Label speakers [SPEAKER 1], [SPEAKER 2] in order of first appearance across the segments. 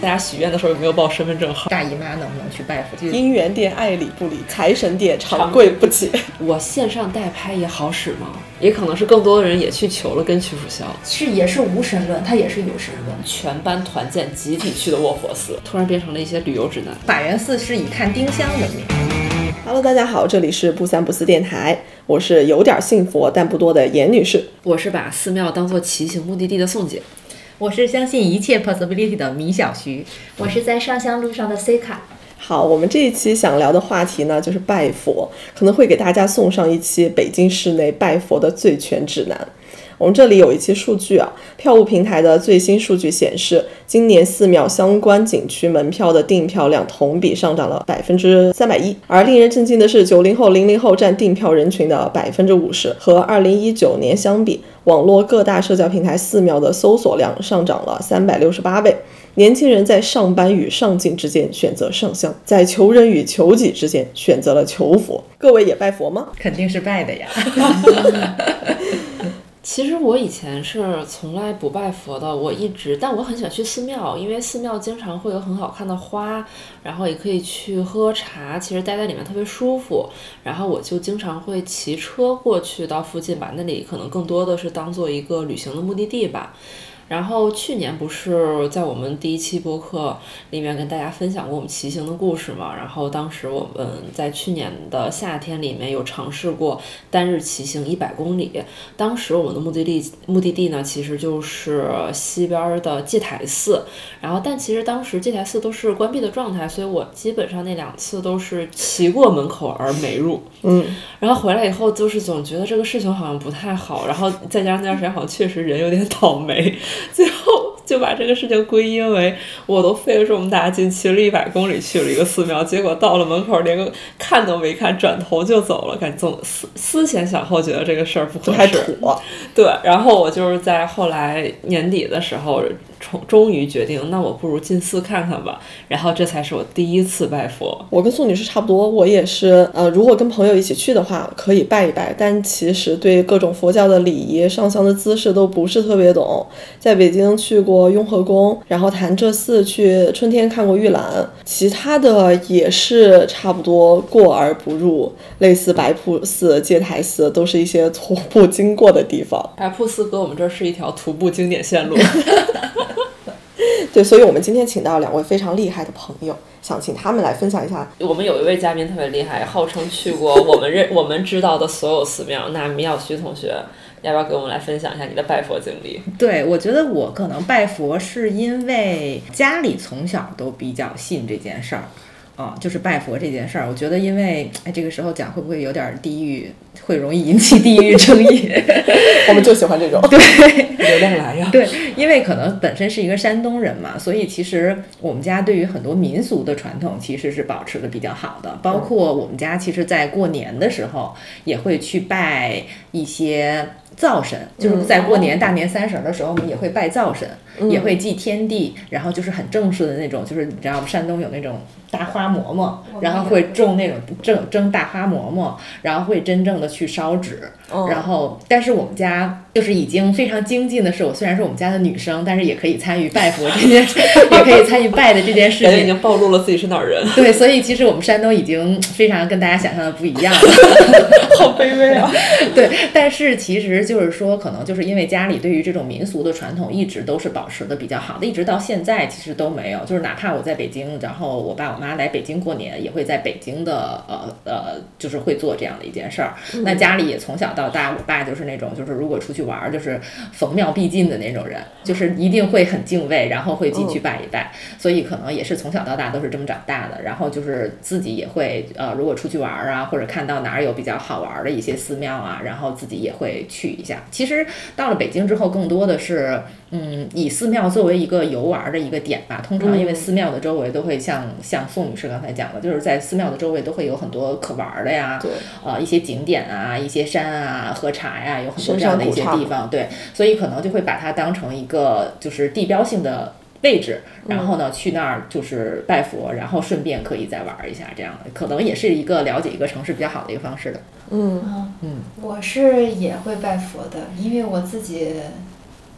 [SPEAKER 1] 大家许愿的时候有没有报身份证号？
[SPEAKER 2] 大姨妈能不能去拜访？
[SPEAKER 3] 姻缘店爱理不理，财神殿长跪不起。
[SPEAKER 1] 我线上代拍也好使吗？也可能是更多的人也去求了跟曲楚萧，
[SPEAKER 4] 是也是无神论，他也是有神论。
[SPEAKER 1] 全班团建集体去的卧佛寺，突然变成了一些旅游指南。
[SPEAKER 2] 法源寺是以看丁香闻名。
[SPEAKER 3] Hello，大家好，这里是不三不四电台，我是有点信佛但不多的严女士。
[SPEAKER 1] 我是把寺庙当做骑行目的地的宋姐。
[SPEAKER 2] 我是相信一切 possibility 的米小徐。
[SPEAKER 4] 我是在上香路上的 C 卡，
[SPEAKER 3] 好，我们这一期想聊的话题呢，就是拜佛，可能会给大家送上一期北京市内拜佛的最全指南。我们这里有一期数据啊，票务平台的最新数据显示，今年寺庙相关景区门票的订票量同比上涨了百分之三百一，而令人震惊的是，九零后、零零后占订票人群的百分之五十，和二零一九年相比，网络各大社交平台寺庙的搜索量上涨了三百六十八倍。年轻人在上班与上进之间选择上香，在求人与求己之间选择了求佛。各位也拜佛吗？
[SPEAKER 2] 肯定是拜的呀。
[SPEAKER 1] 其实我以前是从来不拜佛的，我一直，但我很喜欢去寺庙，因为寺庙经常会有很好看的花，然后也可以去喝茶，其实待在里面特别舒服。然后我就经常会骑车过去到附近，把那里可能更多的是当做一个旅行的目的地吧。然后去年不是在我们第一期播客里面跟大家分享过我们骑行的故事嘛？然后当时我们在去年的夏天里面有尝试过单日骑行一百公里。当时我们的目的地目的地呢，其实就是西边的戒台寺。然后，但其实当时戒台寺都是关闭的状态，所以我基本上那两次都是骑过门口而没入。
[SPEAKER 3] 嗯，
[SPEAKER 1] 然后回来以后，就是总觉得这个事情好像不太好，然后再加上那段时间好像确实人有点倒霉， 最后就把这个事情归因为我都费了这么大劲骑了一百公里去了一个寺庙，结果到了门口连个看都没看，转头就走了，感觉总思思前想后觉得这个事儿不
[SPEAKER 3] 这
[SPEAKER 1] 合
[SPEAKER 3] 还
[SPEAKER 1] 适
[SPEAKER 3] 土，，啊
[SPEAKER 1] 对，然后我就是在后来年底的时候，终终于决定，那我不如进寺看看吧，然后这才是我第一次拜佛，
[SPEAKER 3] 我跟宋女士差不多，我也是，呃，如果跟朋友一起去的话，可以拜一拜，但其实对各种佛教的礼仪、上香的姿势都不是特别懂。在北京去过雍和宫，然后潭柘寺去春天看过玉兰，其他的也是差不多过而不入，类似白瀑寺、戒台寺，都是一些徒步经过的地方。
[SPEAKER 1] 白瀑寺搁我们这儿是一条徒步经典 线路。
[SPEAKER 3] 对，所以我们今天请到两位非常厉害的朋友，想请他们来分享一下
[SPEAKER 1] 我们有一位嘉宾特别厉害，号称去过我们认我们知道的所有寺庙。那米小徐同学，要不要给我们来分享一下你的拜佛经历？
[SPEAKER 2] 对，我觉得我可能拜佛是因为家里从小都比较信这件事儿，啊、就是拜佛这件事儿。我觉得因为哎，这个时候讲会不会有点儿地域，会容易引起地域争议？
[SPEAKER 3] 我们就喜欢这种。
[SPEAKER 1] 流量来呀！
[SPEAKER 2] 对，因为可能本身是一个山东人嘛，所以其实我们家对于很多民俗的传统其实是保持的比较好的，包括我们家其实，在过年的时候也会去拜一些。灶神就是在过年大年三十儿的时候，我们也会拜灶神，也会祭天地，然后就是很正式的那种，就是你知道山东有那种大花馍馍，然后会种那种蒸蒸大花馍馍，然后会真正的去烧纸，然后，但是我们家就是已经非常精进的是，我虽然是我们家的女生，但是也可以参与拜佛这件，事，也可以参与拜的这件事
[SPEAKER 1] 感觉已
[SPEAKER 2] 情。
[SPEAKER 1] 经暴露了自己是哪儿人，
[SPEAKER 2] 对，所以其实我们山东已经非常跟大家想象的不一样了。
[SPEAKER 1] 好卑 微啊！
[SPEAKER 2] 对，但是其实就是说，可能就是因为家里对于这种民俗的传统一直都是保持的比较好的，一直到现在其实都没有。就是哪怕我在北京，然后我爸我妈来北京过年，也会在北京的呃呃，就是会做这样的一件事儿。那家里也从小到大，我爸就是那种就是如果出去玩儿，就是逢庙必进的那种人，就是一定会很敬畏，然后会进去拜一拜。所以可能也是从小到大都是这么长大的。然后就是自己也会呃，如果出去玩儿啊，或者看到哪儿有比较好玩儿的一些寺庙啊，然后自己也会去一下。其实到了北京之后，更多的是嗯，以寺庙作为一个游玩儿的一个点吧。通常因为寺庙的周围都会像像宋女士刚才讲的，就是在寺庙的周围都会有很多可玩儿的呀，
[SPEAKER 3] 对，
[SPEAKER 2] 呃，一些景点啊，一些山啊，喝茶呀、有很
[SPEAKER 3] 深
[SPEAKER 2] 多这样
[SPEAKER 3] 山
[SPEAKER 2] 的一
[SPEAKER 3] 古
[SPEAKER 2] 些
[SPEAKER 3] 刹
[SPEAKER 2] 地方，对，所以可能就会把它当成一个就是地标性的位置，然后呢
[SPEAKER 3] 嗯
[SPEAKER 2] 去那儿就是拜佛，然后顺便可以再玩一下，这样的可能也是一个了解一个城市比较好的一个方式的。
[SPEAKER 3] 嗯，
[SPEAKER 4] 我是也会拜佛的，因为我自己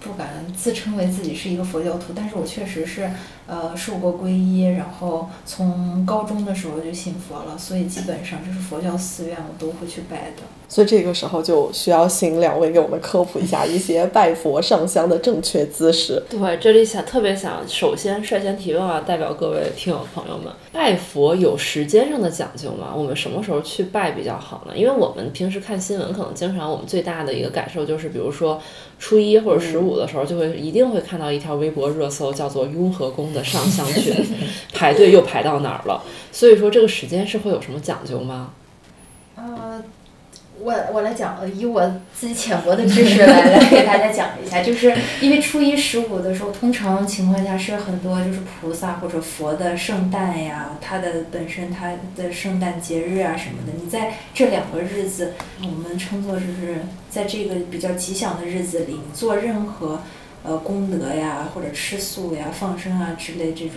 [SPEAKER 5] 不敢自称为自己是一个佛教徒，但是我确实是呃受过皈依，然后从高中的时候就信佛了，所以基本上就是佛教寺院我都会去拜的。
[SPEAKER 3] 所以这个时候就需要请两位给我们科普一下一些拜佛上香的正确姿势。
[SPEAKER 1] 对，这里想特别想，首先率先提问啊，代表各位听友朋友们，拜佛有时间上的讲究吗？我们什么时候去拜比较好呢？因为我们平时看新闻，可能经常我们最大的一个感受就是，比如说初一或者十五的时候，就会一定会看到一条微博热搜，叫做雍和宫的上香群， 排队又排到哪儿了？所以说这个时间是会有什么讲究吗？
[SPEAKER 5] 呃，我我来讲，呃，以我自己浅薄的 知识来来给大家讲一下，就是因为初一十五的时候，通常情况下是很多就是菩萨或者佛的圣诞呀，它的本身它的圣诞节日啊什么的，你在这两个日子，我们称作就是在这个比较吉祥的日子里，你做任何。呃，功德呀，或者吃素呀、放生啊之类这种，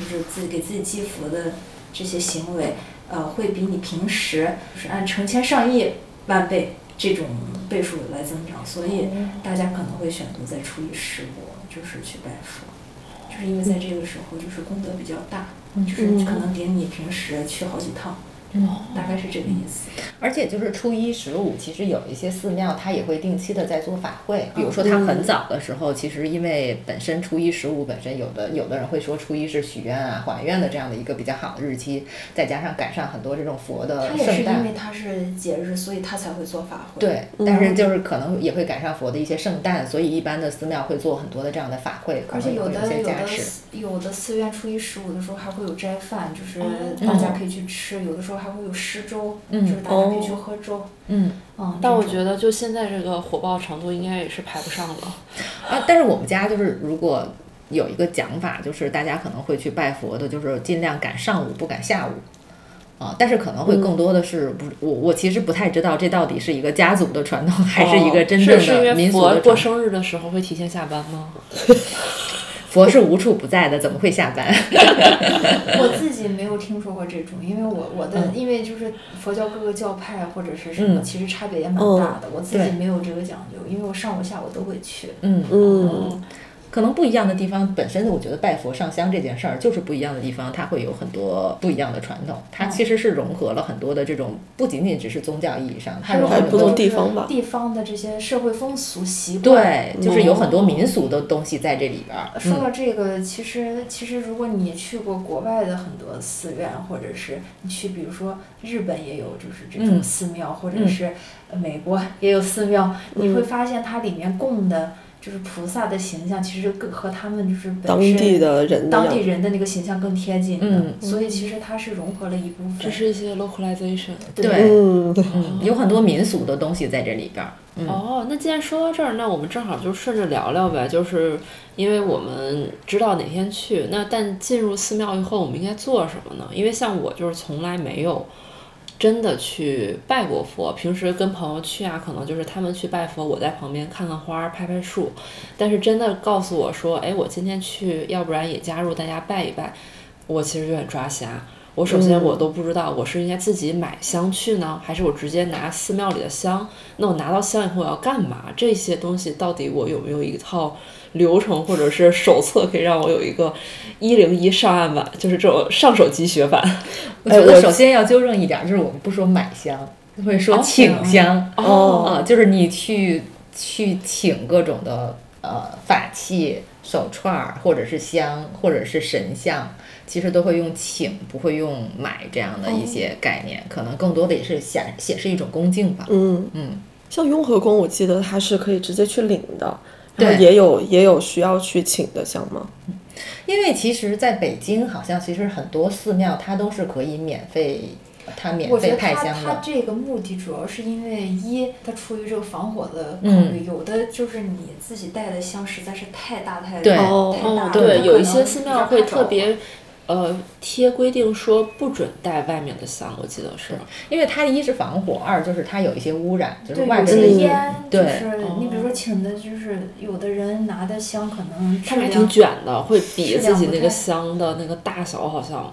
[SPEAKER 5] 就是自己给自己积福的这些行为，呃，会比你平时就是按成千上亿万倍这种倍数来增长，所以大家可能会选择在初一十五就是去拜佛，就是因为在这个时候就是功德比较大，就是可能顶你平时去好几趟，大概是这个意思。
[SPEAKER 2] 而且就是初一、十五，其实有一些寺庙它也会定期的在做法
[SPEAKER 5] 哦
[SPEAKER 2] 会，比如说它很早的时候，其实因为本身初一、十五本身有
[SPEAKER 5] 嗯
[SPEAKER 2] 的有的人会说初一是许愿啊、还愿的这样的一个比较好的日期，再加上赶上很多这种佛的
[SPEAKER 5] 他也是
[SPEAKER 2] 圣
[SPEAKER 5] 因
[SPEAKER 2] 诞
[SPEAKER 5] 为。嗯他是节日，所以他才会做法会。
[SPEAKER 2] 对，但是就是可能也会赶上佛的一些圣诞，所以一般的寺庙会做很多的这样的法会，可
[SPEAKER 5] 而
[SPEAKER 2] 能
[SPEAKER 5] 且
[SPEAKER 2] 也
[SPEAKER 5] 有
[SPEAKER 2] 会
[SPEAKER 5] 的
[SPEAKER 2] 一些
[SPEAKER 5] 有
[SPEAKER 2] 加
[SPEAKER 5] 的
[SPEAKER 2] 持。
[SPEAKER 5] 寺有的寺院初一十五的时候还会有斋饭，
[SPEAKER 1] 哦
[SPEAKER 5] 就是大家
[SPEAKER 2] 嗯
[SPEAKER 5] 可以去吃；有的时候还会有施粥，就是大家可以去喝粥。
[SPEAKER 2] 哦嗯，
[SPEAKER 5] 嗯，
[SPEAKER 1] 但我
[SPEAKER 5] 这种
[SPEAKER 1] 觉得就现在这个火爆程度，应该也是排不上了。
[SPEAKER 2] 啊，但是我们家就是如果有一个讲法，就是大家可能会去拜佛的，就是尽量赶上午，不赶下午。啊，但是可能会更多的是不，我我其实不太知道这到底是一个家族的传统，还是一个真正
[SPEAKER 1] 哦是是因
[SPEAKER 2] 的
[SPEAKER 1] 为
[SPEAKER 2] 民俗
[SPEAKER 1] 佛
[SPEAKER 2] 的
[SPEAKER 1] 过
[SPEAKER 2] 传统。
[SPEAKER 1] 生日的时候会提前下班吗？
[SPEAKER 2] 佛是无处不在的，怎么会下班？
[SPEAKER 5] 我自己没有听说过这种，因为我我的、因为就是佛教各个教派或者是什么，
[SPEAKER 2] 嗯哦
[SPEAKER 5] 其实差别也蛮大的。我自己没有这个讲究，因为我上午下午都会去。
[SPEAKER 2] 嗯，
[SPEAKER 3] 嗯，
[SPEAKER 2] 可能不一样的地方，本身我觉得拜佛上香这件事儿就是不一样的地方，它会有很多不一样的传统，它其实是融合了很多的这种，不仅仅只是宗教意义上，它
[SPEAKER 5] 还有
[SPEAKER 2] 融合了
[SPEAKER 5] 很
[SPEAKER 3] 不
[SPEAKER 2] 很
[SPEAKER 5] 多
[SPEAKER 3] 同
[SPEAKER 2] 多。
[SPEAKER 3] 地方吧
[SPEAKER 5] 地方的这些社会风俗习惯。
[SPEAKER 2] 对，就是有很多民俗的东西在这里边儿。
[SPEAKER 5] 说到这个，其实其实如果你去过国外的很多寺院，或者是你去，比如说日本也有就是这种
[SPEAKER 2] 嗯
[SPEAKER 5] 寺庙，或者是呃美国也有寺庙，你会发现它里面供的就是菩萨的形象，其实更和他们就是本身
[SPEAKER 3] 当地的人的
[SPEAKER 5] 当
[SPEAKER 3] 样
[SPEAKER 5] 地
[SPEAKER 3] 子，
[SPEAKER 5] 人的那个形象更贴近的，
[SPEAKER 2] 嗯
[SPEAKER 5] 所以其实它是融合了一部分，
[SPEAKER 1] 这是一些 localization。
[SPEAKER 2] 对，
[SPEAKER 3] 嗯，对
[SPEAKER 2] 嗯，有很多民俗的东西在这里边儿。嗯，
[SPEAKER 1] 哦，那既然说到这儿，那我们正好就顺着聊聊呗，就是因为我们知道哪天去，那但进入寺庙以后，我们应该做什么呢？因为像我就是从来没有真的去拜过佛，平时跟朋友去啊，可能就是他们去拜佛，我在旁边看看花儿、拍拍树，但是真的告诉我说，哎，我今天去，要不然也加入大家拜一拜，我其实有点抓瞎。我首
[SPEAKER 5] 嗯
[SPEAKER 1] 先我都不知道我是应该自己买香去呢，还是我直接拿寺庙里的香？那我拿到香以后我要干嘛？这些东西到底我有没有一套流程或者是手册可以让我有一个一零一上岸版，就是这种上手机学版？
[SPEAKER 2] 我觉
[SPEAKER 3] 哎我
[SPEAKER 2] 得首先要纠正一点儿，就是我们不说买香，会说
[SPEAKER 1] 哦
[SPEAKER 2] 请香。
[SPEAKER 1] 哦，
[SPEAKER 2] 啊，就是你去去请各种的呃法器、手串儿，或者是香，或者是神像，其实都会用请，不会用买这样的一些概念，可能更多的也是显显示一种恭敬吧。
[SPEAKER 3] 嗯
[SPEAKER 2] 嗯，
[SPEAKER 3] 像雍和宫，我记得它是可以直接去领的，然后
[SPEAKER 2] 对
[SPEAKER 3] 也有也有需要去请的项吗？
[SPEAKER 2] 因为其实在北京，好像其实很多寺庙它都是可以免费，它免
[SPEAKER 5] 我觉
[SPEAKER 2] 费
[SPEAKER 5] 得
[SPEAKER 2] 派
[SPEAKER 5] 他
[SPEAKER 2] 香
[SPEAKER 5] 他
[SPEAKER 2] 的。
[SPEAKER 5] 这个目的主要是因为一，他出于这个防火的考
[SPEAKER 2] 嗯
[SPEAKER 5] 虑，有的就是你自己带的香实在是太大太
[SPEAKER 2] 对
[SPEAKER 5] 太
[SPEAKER 3] 哦
[SPEAKER 5] 大
[SPEAKER 1] 哦
[SPEAKER 5] 了，，
[SPEAKER 1] 对，
[SPEAKER 5] 它
[SPEAKER 1] 有
[SPEAKER 5] 可
[SPEAKER 1] 一些
[SPEAKER 5] 能
[SPEAKER 1] 寺
[SPEAKER 5] 比
[SPEAKER 1] 庙
[SPEAKER 5] 较
[SPEAKER 1] 会
[SPEAKER 5] 怕着
[SPEAKER 1] 特
[SPEAKER 5] 火
[SPEAKER 1] 别。呃，贴规定说不准带外面的香，我记得是。
[SPEAKER 2] 因为它一是防火，二就是它有一些污染，就是
[SPEAKER 5] 对
[SPEAKER 2] 外
[SPEAKER 5] 有
[SPEAKER 2] 边
[SPEAKER 5] 些
[SPEAKER 2] 的
[SPEAKER 3] 嗯
[SPEAKER 5] 烟，就
[SPEAKER 2] 对
[SPEAKER 5] 是
[SPEAKER 1] 哦
[SPEAKER 5] 你比如说请的，就是有的人拿的香可能
[SPEAKER 1] 他
[SPEAKER 5] 质
[SPEAKER 1] 们还挺
[SPEAKER 5] 量。
[SPEAKER 1] 卷的，会比
[SPEAKER 5] 质
[SPEAKER 1] 自
[SPEAKER 5] 量
[SPEAKER 1] 己
[SPEAKER 5] 不
[SPEAKER 1] 那个
[SPEAKER 5] 太哦
[SPEAKER 1] 香的那个大小好像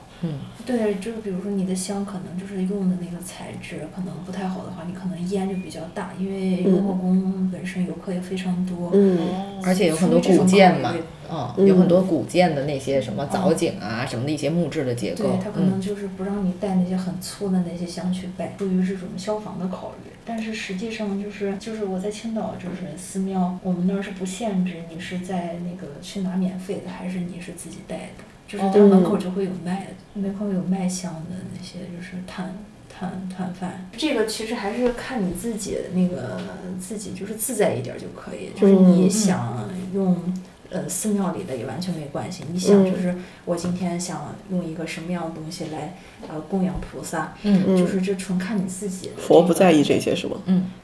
[SPEAKER 5] 对，就是比如说你的香可能就是用的那个材质可能不太好的话，你可能烟就比较大，因为
[SPEAKER 1] 嗯
[SPEAKER 5] 雍和宫本身游客也非常多，
[SPEAKER 3] 嗯
[SPEAKER 2] 而且有很多
[SPEAKER 5] 出于
[SPEAKER 2] 古
[SPEAKER 5] 这种
[SPEAKER 2] 建
[SPEAKER 5] 考
[SPEAKER 2] 嘛
[SPEAKER 5] 虑，
[SPEAKER 2] 嗯，有很多古建的那些什么藻井啊，什么的一些木质的结构
[SPEAKER 5] 嗯对，他可
[SPEAKER 2] 嗯，
[SPEAKER 5] 能就是不让你带那些很粗的那些香去拜，出于这种消防的考虑。但是实际上就是就是我在青岛就是寺庙，我们那儿是不限制你是在那个去拿免费的，还是你是自己带的，就是它门
[SPEAKER 2] 哦
[SPEAKER 5] 口就会有卖的，门口有卖香的那些就是摊。摊摊贩，这个其实还是看你自己的那个自己，就是自在一点就可以。就是
[SPEAKER 2] 嗯
[SPEAKER 5] 你想用呃寺庙里的也完全没关系，你想
[SPEAKER 3] 嗯
[SPEAKER 5] 就是我今天想用一个什么样的东西来呃供养菩萨，
[SPEAKER 2] 嗯
[SPEAKER 5] 就是这纯看你自己的这个。
[SPEAKER 3] 佛不在意这些是吗？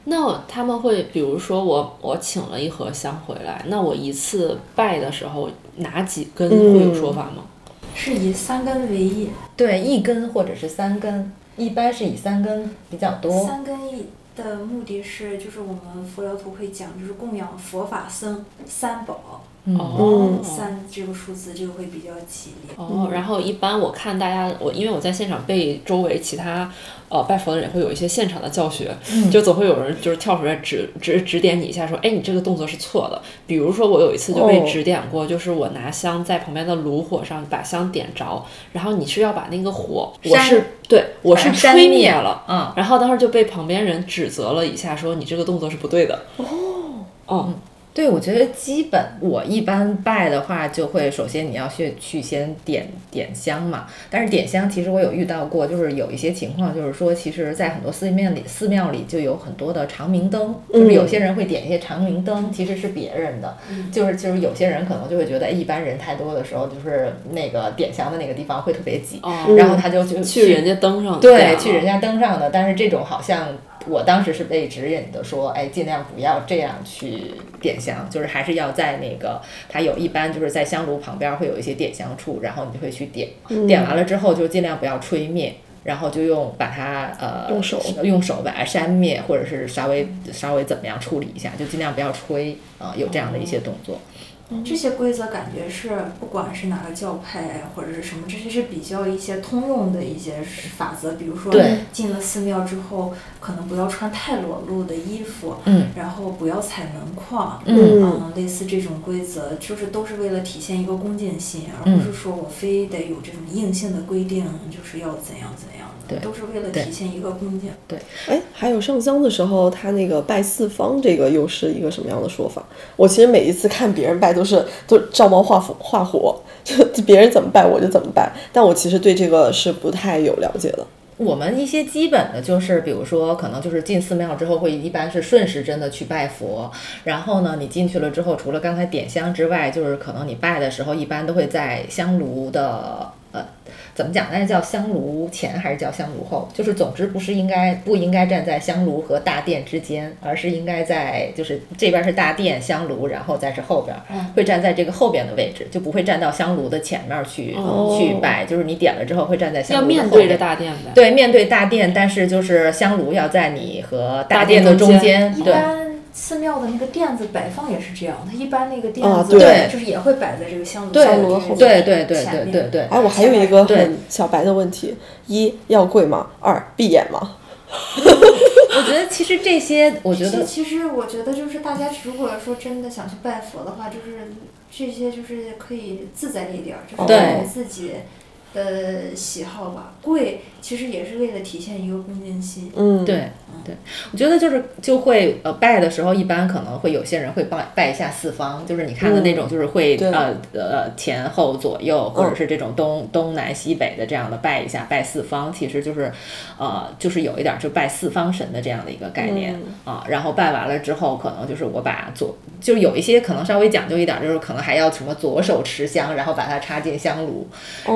[SPEAKER 1] 那他们会，比如说我我请了一盒香回来，那我一次拜的时候拿几根会有说法吗？
[SPEAKER 5] 是以三根为一，
[SPEAKER 2] 对，一根或者是三根，一般是以三根比较多。
[SPEAKER 5] 三根一。的目的是，就是我们佛教徒会讲，就是供养佛法僧三宝，
[SPEAKER 1] 哦，
[SPEAKER 5] 三这个数字这个会比较吉利。
[SPEAKER 1] 哦，然后一般我看大家，我因为我在现场被周围其他呃拜佛的人也会有一些现场的教学，就总会有人就是跳出来指指指点你一下，说，哎，你这个动作是错的。比如说我有一次就被
[SPEAKER 3] 哦
[SPEAKER 1] 指点过，就是我拿香在旁边的炉火上把香点着，然后你是要把那个火，我
[SPEAKER 2] 扇
[SPEAKER 1] 是对我是
[SPEAKER 2] 把它扇
[SPEAKER 1] 吹
[SPEAKER 2] 灭
[SPEAKER 1] 灭了，
[SPEAKER 2] 啊，
[SPEAKER 1] 然后当时就被旁边人指责了一下，说你这个动作是不对的。哦，嗯，
[SPEAKER 2] 对，我觉得基本我一般拜的话，就会首先你要去去先点点香嘛。但是点香，其实我有遇到过，就是有一些情况，就是说，其实，在很多寺庙里，寺庙里就有很多的长明灯，就是有些人会点一些长明灯，其实是别人的，就是就是有些人可能就会觉得，哎，一般人太多的时候，就是那个点香的那个地方会特别挤，
[SPEAKER 1] 哦
[SPEAKER 2] 然后他就就
[SPEAKER 1] 去人家登上
[SPEAKER 2] 对，啊去人
[SPEAKER 1] 家
[SPEAKER 2] 家登上的。但是这种好像我当时是被指引的说，哎，尽量不要这样去点香，就是还是要在那个它有一般就是在香炉旁边会有一些点香处，然后你就会去点，点完了之后就尽量不要吹灭。然后就用把它呃
[SPEAKER 3] 用手
[SPEAKER 2] 用手把它扇灭，或者是稍微稍微怎么样处理一下，就尽量不要吹啊、有这样的一些动作。
[SPEAKER 5] 这些规则感觉是不管是哪个教派啊或者是什么，这些是比较一些通用的一些法则。比如说
[SPEAKER 2] 对，
[SPEAKER 5] 进了寺庙之后，可能不要穿太裸露的衣服，
[SPEAKER 2] 嗯，
[SPEAKER 5] 然后不要踩门框，
[SPEAKER 2] 嗯
[SPEAKER 5] 嗯，类似这种规则，就是都是为了体现一个恭敬心，而不
[SPEAKER 2] 嗯
[SPEAKER 5] 是说我非得有这种硬性的规定，就是要怎样怎样的，
[SPEAKER 2] 对
[SPEAKER 5] 都是为了
[SPEAKER 2] 对
[SPEAKER 5] 体现一个恭敬。
[SPEAKER 3] 哎，还有上香的时候，他那个拜四方，这个又是一个什么样的说法？我其实每一次看别人拜都是都照猫画虎画虎， 就别人怎么拜我就怎么拜，但我其实对这个是不太有了解的。
[SPEAKER 2] 我们一些基本的就是，比如说，可能就是进寺庙之后会一般是顺时针的去拜佛，然后呢，你进去了之后，除了刚才点香之外，就是可能你拜的时候一般都会在香炉的呃，怎么讲？那叫香炉前还是叫香炉后？就是总之不是应该不应该站在香炉和大殿之间，而是应该在就是这边是大殿香炉，然后再是后边儿，会站在这个后边的位置，就不会站到香炉的前面儿去、去拜。就是你点了之后会站在香
[SPEAKER 1] 要
[SPEAKER 2] 炉的
[SPEAKER 1] 面
[SPEAKER 2] 后
[SPEAKER 1] 对
[SPEAKER 2] 边
[SPEAKER 1] 着。大殿呗。
[SPEAKER 2] 对，面对大殿，但是就是香炉要在你和大殿的中
[SPEAKER 1] 大
[SPEAKER 2] 间，
[SPEAKER 5] 一
[SPEAKER 2] 对。
[SPEAKER 5] 般寺庙的那个垫子摆放也是这样，它一般那个垫
[SPEAKER 3] 啊
[SPEAKER 5] 子
[SPEAKER 2] 哦对
[SPEAKER 5] 就是也会摆在这个香炉
[SPEAKER 2] 对
[SPEAKER 5] 香炉
[SPEAKER 3] 对
[SPEAKER 2] 对对对
[SPEAKER 5] 前
[SPEAKER 2] 对
[SPEAKER 5] 面
[SPEAKER 2] 对对，
[SPEAKER 3] 哎，我还有一个
[SPEAKER 2] 对
[SPEAKER 3] 很小白的问题：一要跪吗？二闭眼吗？
[SPEAKER 2] 我觉得其实这些，我觉得
[SPEAKER 5] 其其实我觉得就是大家如果说真的想去拜佛的话，就是这些就是可以自在一点儿，就是
[SPEAKER 3] 对
[SPEAKER 5] 按自己的喜好吧。跪其实也是为了体现一个恭敬心。
[SPEAKER 3] 嗯，，
[SPEAKER 2] 对对，我觉得就是就会呃拜的时候，一般可能会有些人会拜拜一下四方，就是你看的那种，就是会、
[SPEAKER 3] 对
[SPEAKER 2] 呃呃前后左右，或者是这种东、东南西北的这样的拜一下，拜四方，其实就是呃就是有一点儿就拜四方神的这样的一个概念、啊。然后拜完了之后，可能就是我把左就有一些可能稍微讲究一点儿，就是可能还要什么左手持香，然后把它插进香炉，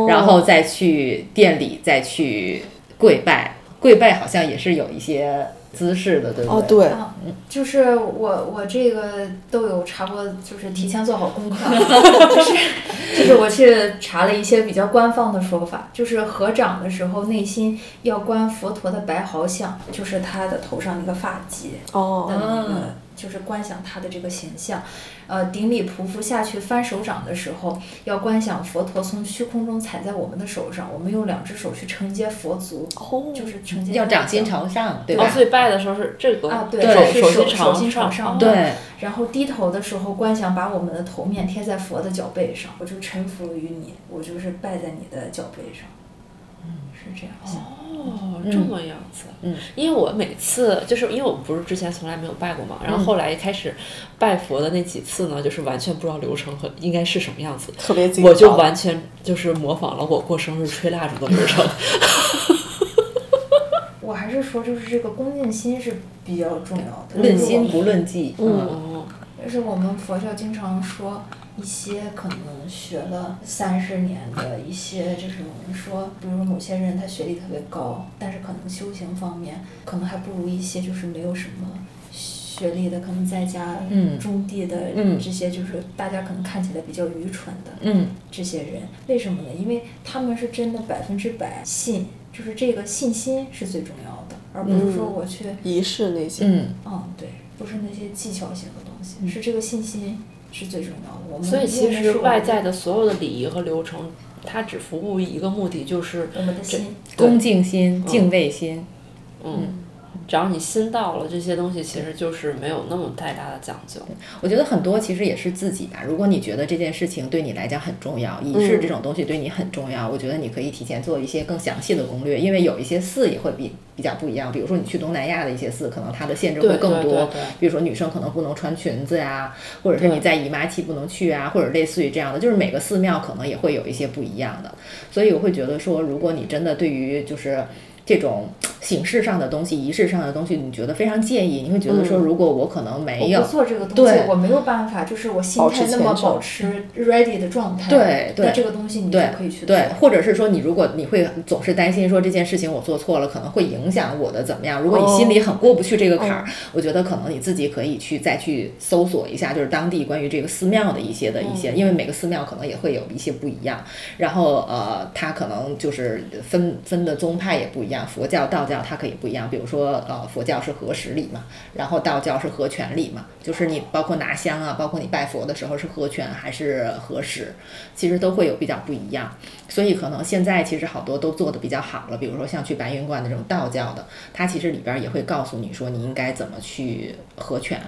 [SPEAKER 2] 然后再去店里再去跪拜，跪拜好像也是有一些姿势的，对不
[SPEAKER 3] 哦，
[SPEAKER 2] 对？
[SPEAKER 3] 对，
[SPEAKER 5] 啊，就是我我这个都有查过，就是提前做好功课，就是就是我去查了一些比较官方的说法，就是合掌的时候内心要观佛陀的白毫像，就是他的头上那个发髻，
[SPEAKER 2] 嗯
[SPEAKER 3] 哦，
[SPEAKER 5] 的那个就是观想他的这个形象。呃，顶礼匍匐下去翻手掌的时候，要观想佛陀从虚空中踩在我们的手上，我们用两只手去承接佛足，
[SPEAKER 3] 哦
[SPEAKER 5] 就是承接
[SPEAKER 2] 要
[SPEAKER 5] 他的
[SPEAKER 2] 掌心
[SPEAKER 5] 脚
[SPEAKER 2] 朝上，对
[SPEAKER 1] 哦，
[SPEAKER 2] 吧？
[SPEAKER 1] 所以拜的时候是这个
[SPEAKER 5] 啊，对，
[SPEAKER 2] 对
[SPEAKER 1] 手
[SPEAKER 5] 是手
[SPEAKER 1] 心朝
[SPEAKER 5] 心朝
[SPEAKER 1] 上
[SPEAKER 5] 上的。
[SPEAKER 2] 对，
[SPEAKER 5] 然后低头的时候，观想把我们的头面贴在佛的脚背上，我就臣服于你，我就是拜在你的脚背上，是这样想。
[SPEAKER 1] 哦，这么样子。
[SPEAKER 2] 嗯，
[SPEAKER 1] 因为我每次就是因为我不是之前从来没有拜过嘛，然后后来一开始拜佛的那几次呢，就是完全不知道流程和应该是什么样子，
[SPEAKER 3] 特别紧张，
[SPEAKER 1] 我就完全就是模仿了我过生日吹蜡烛的流程。
[SPEAKER 5] 我还是说，就是这个恭敬心是比较重要的，
[SPEAKER 2] 论心不论迹，嗯，
[SPEAKER 1] 哦，
[SPEAKER 5] 就是我们佛教经常说一些可能学了三十年的一些，就是我们说，比如某些人他学历特别高，但是可能修行方面可能还不如一些就是没有什么学历的，可能在家
[SPEAKER 2] 嗯
[SPEAKER 5] 种地的
[SPEAKER 2] 嗯
[SPEAKER 5] 这些，就是大家可能看起来比较愚蠢的
[SPEAKER 2] 嗯，
[SPEAKER 5] 这些人，为什么呢？因为他们是真的百分之百信，就是这个信心是最重要的，而不是说
[SPEAKER 3] 嗯
[SPEAKER 5] 我去。
[SPEAKER 3] 仪式那些，
[SPEAKER 2] 嗯，
[SPEAKER 5] 嗯，对，不是那些技巧性的东西，是这个信心是最重要的。我们
[SPEAKER 1] 所以其
[SPEAKER 5] 因为
[SPEAKER 1] 实
[SPEAKER 5] 是我们
[SPEAKER 1] 外在的所有的礼仪和流程，它只服务于一个目的，就是
[SPEAKER 5] 我们的心，
[SPEAKER 2] 恭敬心、敬畏心，
[SPEAKER 1] 嗯，只要你心到了，这些东西其实就是没有那么太大的讲究。
[SPEAKER 2] 我觉得很多其实也是自己吧。如果你觉得这件事情对你来讲很重要，
[SPEAKER 1] 嗯
[SPEAKER 2] 仪式这种东西对你很重要，我觉得你可以提前做一些更详细的攻略，因为有一些寺也会比比较不一样。比如说你去东南亚的一些寺，可能它的限制会
[SPEAKER 1] 对
[SPEAKER 2] 更
[SPEAKER 1] 对
[SPEAKER 2] 多。
[SPEAKER 1] 对对
[SPEAKER 2] 比如说女生可能不能穿裙子呀、或者是你在姨妈期不能去啊，或者类似于这样的，就是每个寺庙可能也会有一些不一样的。所以我会觉得说，如果你真的对于就是。这种形式上的东西、仪式上的东西，你觉得非常介意，你会觉得
[SPEAKER 1] 嗯
[SPEAKER 2] 说，如果我可能没有
[SPEAKER 5] 我不做这个东西
[SPEAKER 2] 对，
[SPEAKER 5] 我没有办法，就是我心
[SPEAKER 3] 保持
[SPEAKER 5] 态那么
[SPEAKER 3] 虔诚
[SPEAKER 5] 保持 ready 的状态。
[SPEAKER 2] 嗯对对
[SPEAKER 5] 那这个东西你就
[SPEAKER 2] 对
[SPEAKER 5] 可以去做
[SPEAKER 2] 对。，或者是说你如果你会总是担心说这件事情我做错了，可能会影响我的怎么样？如果你
[SPEAKER 5] 哦
[SPEAKER 2] 心里很过不去这个坎儿，我觉得可能你自己可以去再去搜索一下，就是当地关于这个寺庙的一些的一
[SPEAKER 5] 哦
[SPEAKER 2] 些，因为每个寺庙可能也会有一些不一样，然后呃，它可能就是分分的宗派也不一样，佛教、道教它可以不一样，比如说呃，佛教是合十礼嘛，然后道教是合拳礼嘛，就是
[SPEAKER 5] 哦
[SPEAKER 2] 你包括拿香啊，包括你拜佛的时候是合拳还是合十，其实都会有比较不一样。所以可能现在其实好多都做的比较好了，比如说像去白云观的这种道教的，它其实里边儿也会告诉你说你应该怎么去合拳，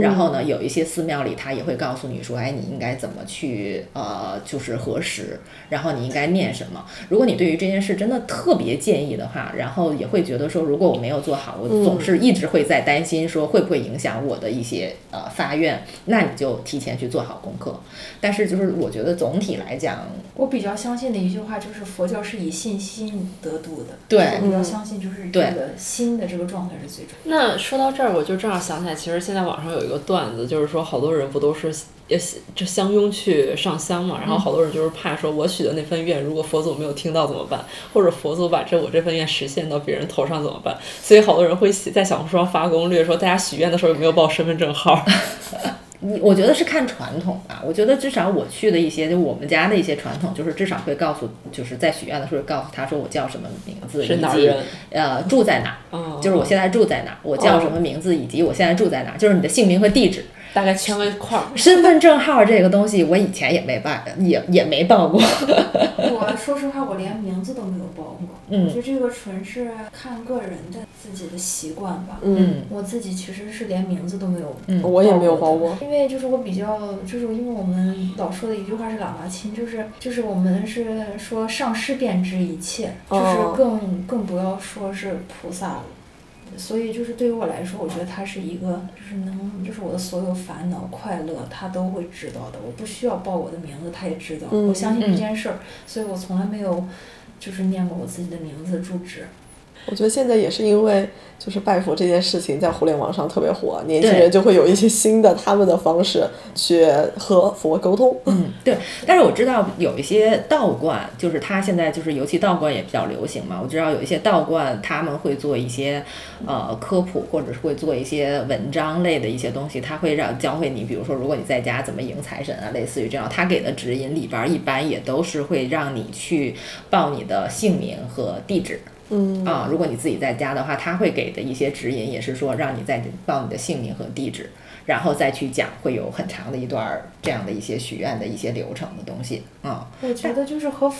[SPEAKER 2] 然后呢，有一些寺庙里它也会告诉你说，哎，你应该怎么去呃，就是合十，然后你应该念什么。如果你对于这件事真的特别介意的话，然后也会觉得说，如果我没有做好，我总是一直会在担心说会不会影响我的一些呃发愿，那你就提前去做好功课。但是就是我觉得总体来讲，
[SPEAKER 5] 我比较相信的一句话就是，佛教是以信心得度的。
[SPEAKER 2] 对
[SPEAKER 5] 我比较相信就是这
[SPEAKER 2] 对
[SPEAKER 5] 个心的这个状态是最重要的。
[SPEAKER 1] 那说到这儿，我就正好想起来，其实现在网上有一个段子，就是说好多人不都是也就相拥去上香嘛，然后好多人就是怕说我许的那份愿，如果佛祖没有听到怎么办，或者佛祖把这我这份愿实现到别人头上怎么办？所以好多人会写在小红书上发攻略，说大家许愿的时候有没有报身份证 号？
[SPEAKER 2] 你我觉得是看传统吧。我觉得至少我去的一些，就我们家的一些传统，就是至少会告诉，就是在许愿的时候告诉他说我叫什么名字，
[SPEAKER 1] 是
[SPEAKER 2] 以
[SPEAKER 1] 哪儿
[SPEAKER 2] 及
[SPEAKER 1] 人
[SPEAKER 2] 呃住在哪儿，
[SPEAKER 1] 嗯，
[SPEAKER 2] 就是我现在住在哪儿，我叫
[SPEAKER 1] 哦
[SPEAKER 2] 什么名字，以及我现在住在哪儿，就是你的姓名和地址。
[SPEAKER 1] 大概圈个块儿。
[SPEAKER 2] 身份证号这个东西，我以前也没办，也也没报过。
[SPEAKER 5] 我说实话，我连名字都没有报过。
[SPEAKER 2] 嗯
[SPEAKER 5] 我觉得这个纯是看个人的自己的习惯吧。
[SPEAKER 3] 嗯，
[SPEAKER 2] 嗯
[SPEAKER 5] 我自己其实是连名字都没有
[SPEAKER 2] 嗯
[SPEAKER 3] 我也没有包过，
[SPEAKER 5] 因为就是我比较，就是因为我们老说的一句话是“喇嘛亲”，就是就是我们是说上师便知一切，就是
[SPEAKER 3] 哦
[SPEAKER 5] 更、更不要说是菩萨了。所以就是对于我来说，我觉得他是一个，就是能，就是我的所有烦恼、快乐，他都会知道的。我不需要报我的名字，他也知道。
[SPEAKER 3] 嗯
[SPEAKER 5] 我相信
[SPEAKER 2] 嗯
[SPEAKER 5] 这件事儿，所以我从来没有，就是念过我自己的名字、住址。
[SPEAKER 3] 我觉得现在也是因为就是拜佛这件事情在互联网上特别火，年轻
[SPEAKER 2] 对
[SPEAKER 3] 人就会有一些新的他们的方式去和佛沟通。
[SPEAKER 2] 嗯，对。但是我知道有一些道观，就是它现在就是尤其道观也比较流行嘛。我知道有一些道观他们会做一些呃科普，或者是会做一些文章类的一些东西，它会让教会你，比如说如果你在家怎么迎财神啊，类似于这样，他给的指引里边儿一般也都是会让你去报你的姓名和地址。
[SPEAKER 3] 嗯
[SPEAKER 2] 啊、如果你自己在家的话，他会给的一些指引也是说让你在报你的姓名和地址，然后再去讲，会有很长的一段儿这样的一些许愿的一些流程的东西啊、
[SPEAKER 5] 我
[SPEAKER 3] 哎
[SPEAKER 5] 觉得就是和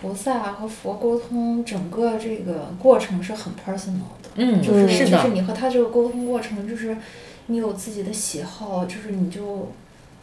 [SPEAKER 5] 菩萨和佛沟通，整个这个过程是很 personal 的。
[SPEAKER 2] 嗯
[SPEAKER 5] 就是
[SPEAKER 2] 是
[SPEAKER 5] 就
[SPEAKER 2] 的
[SPEAKER 5] 是你和他这个沟通过程，就是你有自己的喜好，就是你就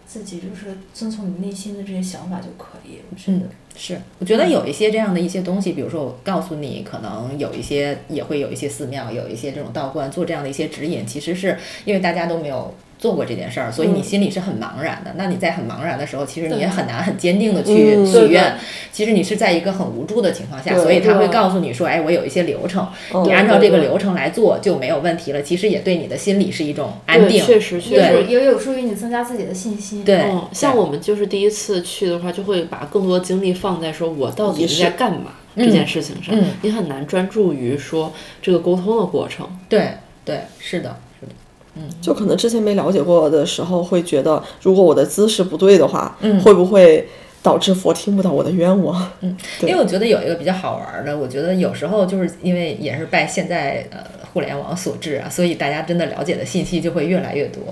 [SPEAKER 5] 自己就是遵从你内心的这些想法就可以。我觉得，
[SPEAKER 2] 是，我觉得
[SPEAKER 1] 嗯
[SPEAKER 2] 有一些这样的一些东西，比如说我告诉你，可能有一些也会有一些寺庙，有一些这种道观做这样的一些指引，其实是因为大家都没有。做过这件事儿，所以
[SPEAKER 1] 嗯
[SPEAKER 2] 你心里是很茫然的。那你在很茫然的时候，其实你也很难很坚定的去
[SPEAKER 3] 嗯
[SPEAKER 2] 许
[SPEAKER 1] 对
[SPEAKER 2] 愿。其实你是在一个很无助的情况下，
[SPEAKER 3] 对
[SPEAKER 2] 所以他
[SPEAKER 1] 对
[SPEAKER 2] 会
[SPEAKER 1] 哦
[SPEAKER 2] 告诉你说：“哎，我有一些流程，
[SPEAKER 3] 嗯
[SPEAKER 2] 你按照
[SPEAKER 1] 对
[SPEAKER 2] 这个
[SPEAKER 1] 对
[SPEAKER 2] 流程来做就没有问题了。”其实也对你的心理是一种安
[SPEAKER 1] 对
[SPEAKER 2] 定。
[SPEAKER 1] 确实确
[SPEAKER 5] 也
[SPEAKER 1] 实
[SPEAKER 5] 有也有助于你增加自己的信心。
[SPEAKER 2] 哎对，
[SPEAKER 1] 嗯，像我们就是第一次去的话，就会把更多精力放在说我到底
[SPEAKER 3] 仪
[SPEAKER 1] 应
[SPEAKER 3] 式
[SPEAKER 1] 该干嘛这件事情上
[SPEAKER 2] 嗯，
[SPEAKER 1] 你很难专注于说这个沟通的过程。
[SPEAKER 2] 对对，是的，是的。
[SPEAKER 3] 就可能之前没了解过的时候，会觉得如果我的姿势不对的话，
[SPEAKER 2] 嗯
[SPEAKER 3] 会不会导致佛听不到我的冤枉？对
[SPEAKER 2] 因为我觉得有一个比较好玩儿的，我觉得有时候就是因为也是拜现在呃互联网所致啊，所以大家真的了解的信息就会越来越多。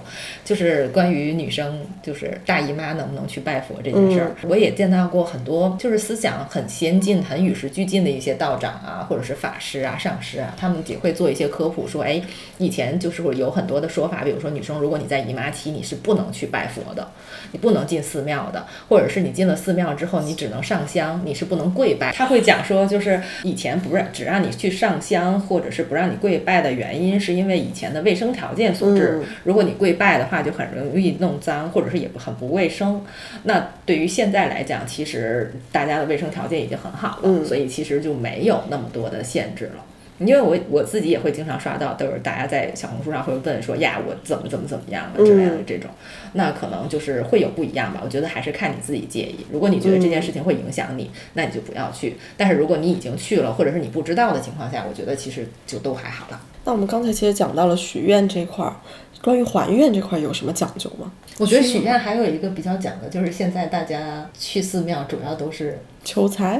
[SPEAKER 2] 就是关于女生就是大姨妈能不能去拜佛这件事儿，我也见到过很多就是思想很先进、很与时俱进的一些道长啊，或者是法师啊、上师啊，他们也会做一些科普，说哎，以前就是会有很多的说法，比如说女生如果你在姨妈期，你是不能去拜佛的，你不能进寺庙的，或者是你进了寺庙之后，你只能上香，你是不能跪拜。他会讲说，就是以前不让只让你去上香，或者是不让你跪拜的原因，是因为以前的卫生条件所致。如果你跪拜的话，就很容易弄脏，或者是也不很不卫生。那对于现在来讲，其实大家的卫生条件已经很好了，
[SPEAKER 3] 嗯
[SPEAKER 2] 所以其实就没有那么多的限制了。因为我我自己也会经常刷到，都是大家在小红书上会问说呀，我怎么怎么怎么样了之类的这种，那可能就是会有不一样吧。我觉得还是看你自己介意。如果你觉得这件事情会影响你，那你就不要去。但是如果你已经去了，或者是你不知道的情况下，我觉得其实就都还好了。
[SPEAKER 3] 那我们刚才其实讲到了许愿这块儿，关于还愿这块儿有什么讲究吗？
[SPEAKER 2] 我觉得许愿还有一个比较讲的，就是现在大家去寺庙主要都是
[SPEAKER 3] 求财，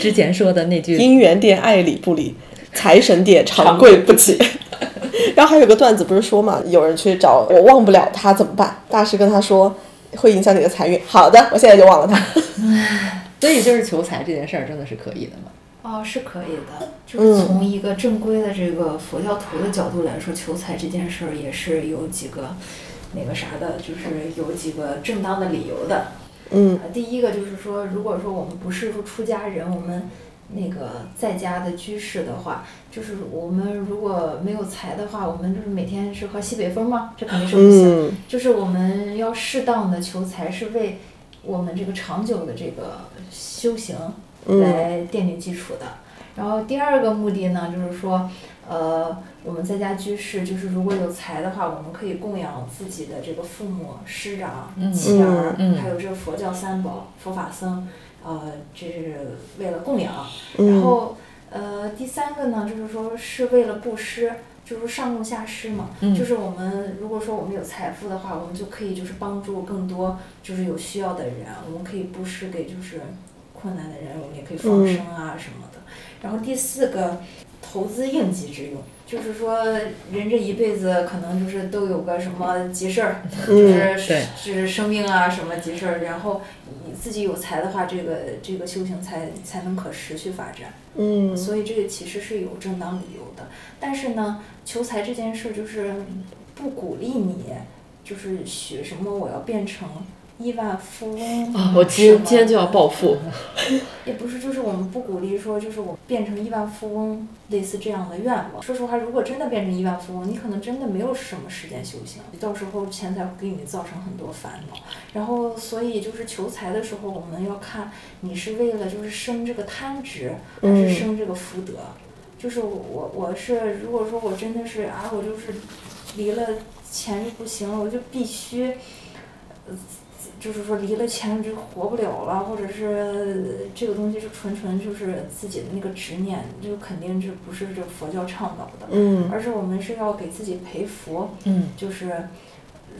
[SPEAKER 2] 之前说的那句
[SPEAKER 3] 姻缘殿爱理不理，财神殿长跪不起。 然后还有个段子不是说嘛，有人去找我忘不了他怎么办？大师跟他说会影响你的财运。好的，我现在就忘了他。
[SPEAKER 2] 所以就是求财这件事儿真的是可以的嘛？
[SPEAKER 5] 哦，是可以的，就
[SPEAKER 3] 嗯
[SPEAKER 5] 是从一个正规的这个佛教徒的角度来说，求财这件事儿也是有几个那个啥的，就是有几个正当的理由的。
[SPEAKER 3] 嗯
[SPEAKER 5] 呃，第一个就是说，如果说我们不是说出家人，我们那个在家的居士的话，就是我们如果没有财的话，我们就是每天是喝西北风吗？这肯定是不行的。
[SPEAKER 3] 嗯，
[SPEAKER 5] 就是我们要适当的求财，是为我们这个长久的这个修行
[SPEAKER 3] 嗯
[SPEAKER 5] 来奠定基础的。然后第二个目的呢，就是说，呃，我们在家居士，就是如果有财的话，我们可以供养自己的这个父母、师长、
[SPEAKER 2] 嗯
[SPEAKER 5] 妻儿，
[SPEAKER 2] 嗯嗯
[SPEAKER 5] 还有这个佛教三宝、佛法僧，呃，这是为了供养。
[SPEAKER 3] 嗯
[SPEAKER 5] 然后呃，第三个呢，就是说是为了布施，就是上供下施嘛。
[SPEAKER 2] 嗯
[SPEAKER 5] 就是我们如果说我们有财富的话，我们就可以就是帮助更多就是有需要的人，我们可以布施给就是困难的人，我们也可以放
[SPEAKER 3] 嗯
[SPEAKER 5] 生啊什么的。然后第四个，投资应急之用。就是说，人这一辈子可能就是都有个什么急事儿，
[SPEAKER 3] 嗯
[SPEAKER 5] 就是
[SPEAKER 2] 对
[SPEAKER 5] 就是生病啊什么急事儿，然后你自己有财的话，这个这个修行才才能可持续发展。
[SPEAKER 3] 嗯
[SPEAKER 5] 所以这个其实是有正当理由的。但是呢，求财这件事儿就是不鼓励你，就是许什么我要变成亿万富翁
[SPEAKER 1] 啊，我今
[SPEAKER 5] 什么
[SPEAKER 1] 今天就要暴富，
[SPEAKER 5] 也不是，就是我们不鼓励说，就是我变成亿万富翁，类似这样的愿望。说实话，如果真的变成亿万富翁，你可能真的没有什么时间修行，到时候钱财会给你造成很多烦恼。然后，所以就是求财的时候，我们要看你是为了就是生这个贪执，
[SPEAKER 3] 嗯
[SPEAKER 5] 还嗯是生这个福德。就是我我是，如果说我真的是啊，我就是离了钱就不行了，我就必须。呃就是说离了钱就活不了了，或者是呃这个东西是纯纯就是自己的那个执念，就肯定是不是这佛教倡导的，
[SPEAKER 3] 嗯
[SPEAKER 5] 而是我们是要给自己培福，
[SPEAKER 2] 嗯，
[SPEAKER 5] 就是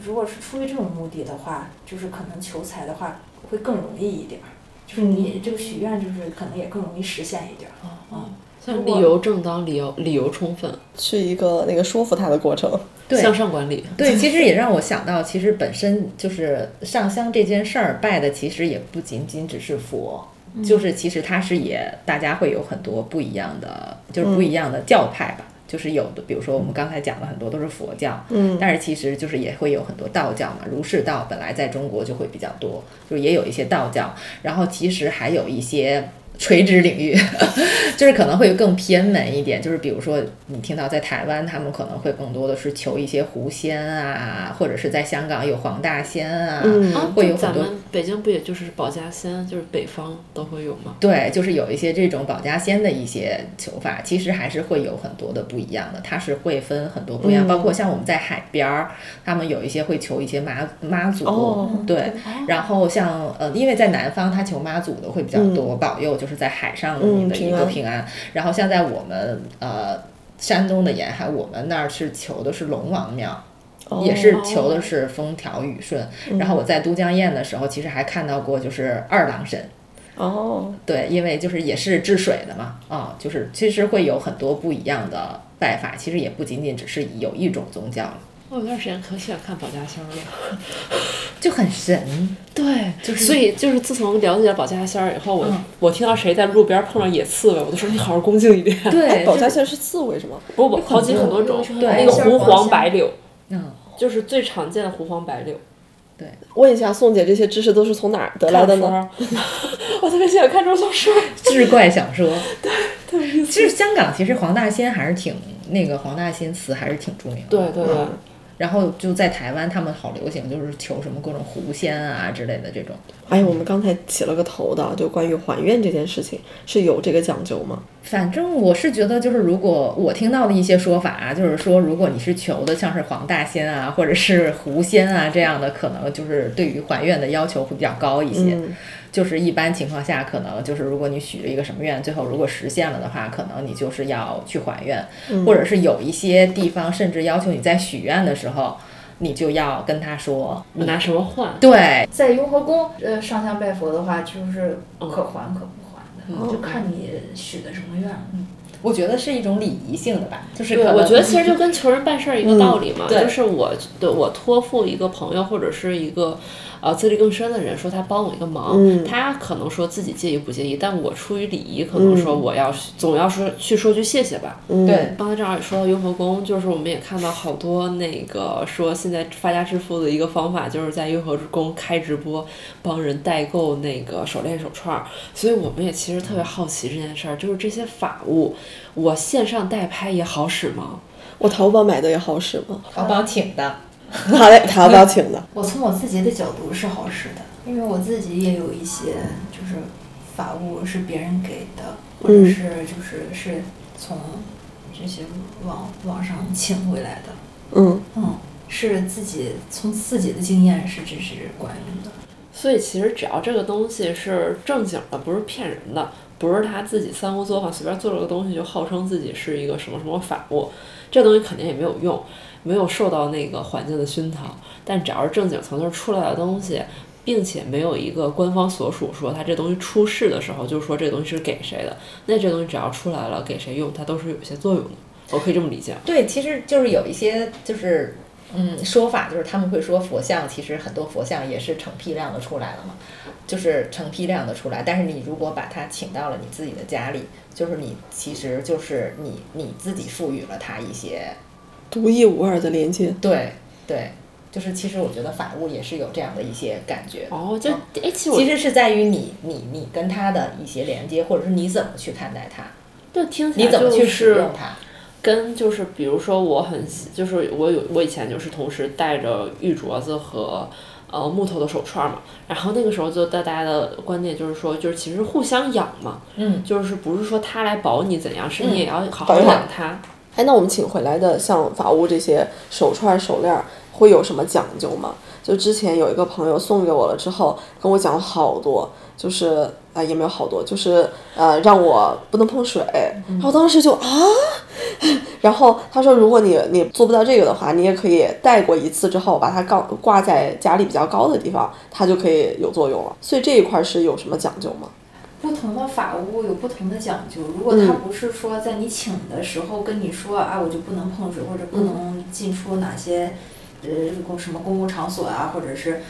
[SPEAKER 5] 如果是出于这种目的的话，就是可能求财的话嗯会更容易一点儿，就是你这个许愿就是可能也更容易实现一点儿啊、
[SPEAKER 1] 像理由正当、理由理由充分、
[SPEAKER 3] 去一个那个说服他的过程。
[SPEAKER 2] 对
[SPEAKER 1] 向上管理，
[SPEAKER 2] 对，其实也让我想到，其实本身就是上香这件事儿，拜的其实也不仅仅只是佛，就是其实它是也大家会有很多不一样的，就是不一样的教派吧。就是有的，比如说我们刚才讲了很多都是佛教，嗯，但是其实就是也会有很多道教嘛，儒释道本来在中国就会比较多，就是也有一些道教，然后其实还有一些垂直领域， 就是可能会更偏门一点，就是比如说你听到在台湾，他们可能会更多的是求一些狐仙啊，或者是在香港有黄大仙啊，
[SPEAKER 3] 嗯
[SPEAKER 1] 啊
[SPEAKER 2] 会有很
[SPEAKER 1] 咱
[SPEAKER 2] 多
[SPEAKER 1] 们北京不也就是保家仙，就是北方都会有吗？
[SPEAKER 2] 对，就是有一些这种保家仙的一些求法，其实还是会有很多的不一样的，它是会分很多不一样，
[SPEAKER 3] 嗯
[SPEAKER 2] 包括像我们在海边儿，他们有一些会求一些妈妈祖，
[SPEAKER 3] 哦
[SPEAKER 2] 对，然后像呃，因为在南方，他求妈祖的会比较多，保佑就是在海上你
[SPEAKER 3] 嗯
[SPEAKER 2] 的一
[SPEAKER 3] 平
[SPEAKER 2] 个
[SPEAKER 3] 安
[SPEAKER 2] 平安，然后像在我们呃山东的沿海，我们那儿是求的是龙王庙。哦
[SPEAKER 3] 哦
[SPEAKER 2] 也是求的是风调雨顺，
[SPEAKER 3] 嗯
[SPEAKER 2] 然后我在都江堰的时候，其实还看到过就是二郎神，
[SPEAKER 3] 哦，
[SPEAKER 2] 对，因为就是也是治水的嘛，啊、就是其实会有很多不一样的拜法，其实也不仅仅只是有一种宗教了，
[SPEAKER 1] 我有段时间可喜欢看保家仙了。
[SPEAKER 2] 就很神。
[SPEAKER 1] 对，
[SPEAKER 2] 就是
[SPEAKER 1] 所以就是自从了解了保家仙儿以后，我、
[SPEAKER 2] 嗯
[SPEAKER 1] 我听到谁在路边碰上野刺猬，我都说你好好恭敬一点。
[SPEAKER 2] 对
[SPEAKER 3] 保家仙是刺猬是吗？
[SPEAKER 1] 不不，好几很多种，
[SPEAKER 5] 对
[SPEAKER 1] 那个狐黄白柳
[SPEAKER 2] 嗯，
[SPEAKER 1] 就是最常见的狐黄白柳。
[SPEAKER 3] 问一下宋姐，这些知识都是从哪儿得来的呢？
[SPEAKER 1] 看书？ 我特别喜欢看这种小说。
[SPEAKER 2] 志怪小说。对，其实香港其实黄大仙还是挺那个黄大仙祠还是挺著名的。
[SPEAKER 1] 对对对，
[SPEAKER 3] 嗯
[SPEAKER 2] 然后就在台湾，他们好流行，就是求什么各种狐仙啊之类的这种。
[SPEAKER 3] 哎，我们刚才起了个头的，就关于还愿这件事情，是有这个讲究吗？
[SPEAKER 2] 反正我是觉得，就是如果我听到的一些说法啊，就是说，如果你是求的像是黄大仙啊，或者是狐仙啊这样的，可能就是对于还愿的要求会比较高一些。
[SPEAKER 3] 嗯
[SPEAKER 2] 就是一般情况下，可能就是如果你许了一个什么愿，最后如果实现了的话，可能你就是要去还愿，或者是有一些地方甚至要求你在许愿的时候，你就要跟他说，
[SPEAKER 1] 你拿什么换？
[SPEAKER 2] 对
[SPEAKER 5] 在雍和宫，呃，上香拜佛的话，就是可还可不还的，
[SPEAKER 1] 嗯
[SPEAKER 5] 就看你许的什么愿了。
[SPEAKER 2] 我觉得是一种礼仪性的吧，就是可
[SPEAKER 1] 对，
[SPEAKER 2] 能
[SPEAKER 1] 我觉得其实就跟求人办事儿一个
[SPEAKER 3] 嗯
[SPEAKER 1] 道理嘛，
[SPEAKER 2] 对
[SPEAKER 1] 就是我对我托付一个朋友或者是一个呃资历更深的人，说他帮我一个忙，
[SPEAKER 3] 嗯
[SPEAKER 1] 他可能说自己介意不介意，但我出于礼仪，可
[SPEAKER 3] 嗯
[SPEAKER 1] 能说我要、总要说去说句谢谢吧。
[SPEAKER 2] 对
[SPEAKER 1] 刚才正好也说到雍和宫，就是我们也看到好多那个说现在发家致富的一个方法，就是在雍和宫开直播，帮人代购那个手链手串儿。所以我们也其实特别好奇这件事儿，就是这些法物，我线上代拍也好使吗？
[SPEAKER 3] 我淘宝买的也好使吗？
[SPEAKER 2] 淘宝请的。
[SPEAKER 3] 好嘞，淘宝请的。
[SPEAKER 5] 我从我自己的角度是好使的，因为我自己也有一些就是法物是别人给的，或者
[SPEAKER 3] 嗯
[SPEAKER 5] 是就是是从这些网网上请回来的，
[SPEAKER 3] 嗯，
[SPEAKER 5] 嗯，是自己从自己的经验是这是管用的。
[SPEAKER 1] 所以其实只要这个东西是正经的，不是骗人的，不是他自己三姑作坊随便做了个东西就号称自己是一个什么什么法物，这东西肯定也没有用，没有受到那个环境的熏陶。但只要是正经从那儿出来的东西，并且没有一个官方所属说它这东西出世的时候就说这东西是给谁的，那这东西只要出来了给谁用，它都是有一些作用的。我可以这么理解吗。
[SPEAKER 2] 对，其实就是有一些就是。嗯，说法就是他们会说佛像，其实很多佛像也是成批量的出来了嘛，就是成批量的出来。但是你如果把它请到了你自己的家里，就是你其实就是你你自己赋予了它一些，
[SPEAKER 3] 独一无二的连接。
[SPEAKER 2] 对对，就是其实我觉得法物也是有这样的一些感觉。
[SPEAKER 1] 哦，就哎，其实我
[SPEAKER 2] 其实是在于你你你跟它的一些连接，或者是你怎么去看待它，
[SPEAKER 1] 就听起
[SPEAKER 2] 你
[SPEAKER 1] 来
[SPEAKER 2] 怎么
[SPEAKER 1] 就
[SPEAKER 2] 去使
[SPEAKER 1] 是
[SPEAKER 2] 用它。
[SPEAKER 1] 跟就是比如说我很喜就是我有我以前就是同时戴着玉镯子和呃木头的手串嘛，然后那个时候就大家的观念就是说就是其实互相养嘛，
[SPEAKER 2] 嗯，
[SPEAKER 1] 就是不是说他来保你怎样，是你也要好
[SPEAKER 3] 保
[SPEAKER 1] 好
[SPEAKER 3] 养
[SPEAKER 1] 养他。
[SPEAKER 3] 哎，那我们请回来的像法务这些手串、手链儿，会有什么讲究吗？就之前有一个朋友送给我了之后，跟我讲了好多，就是啊、呃也没有好多，就是呃让我不能碰水，然后当时就啊， 然后他说如果你你做不到这个的话，你也可以戴过一次之后，把它挂挂在家里比较高的地方，它就可以有作用了。所以这一块儿是有什么讲究吗？
[SPEAKER 5] 不同的法屋有不同的讲究。如果他不是说在你请的时候跟你说啊，我就不能碰水或者不能进出哪些呃公什么公共场所啊，或者是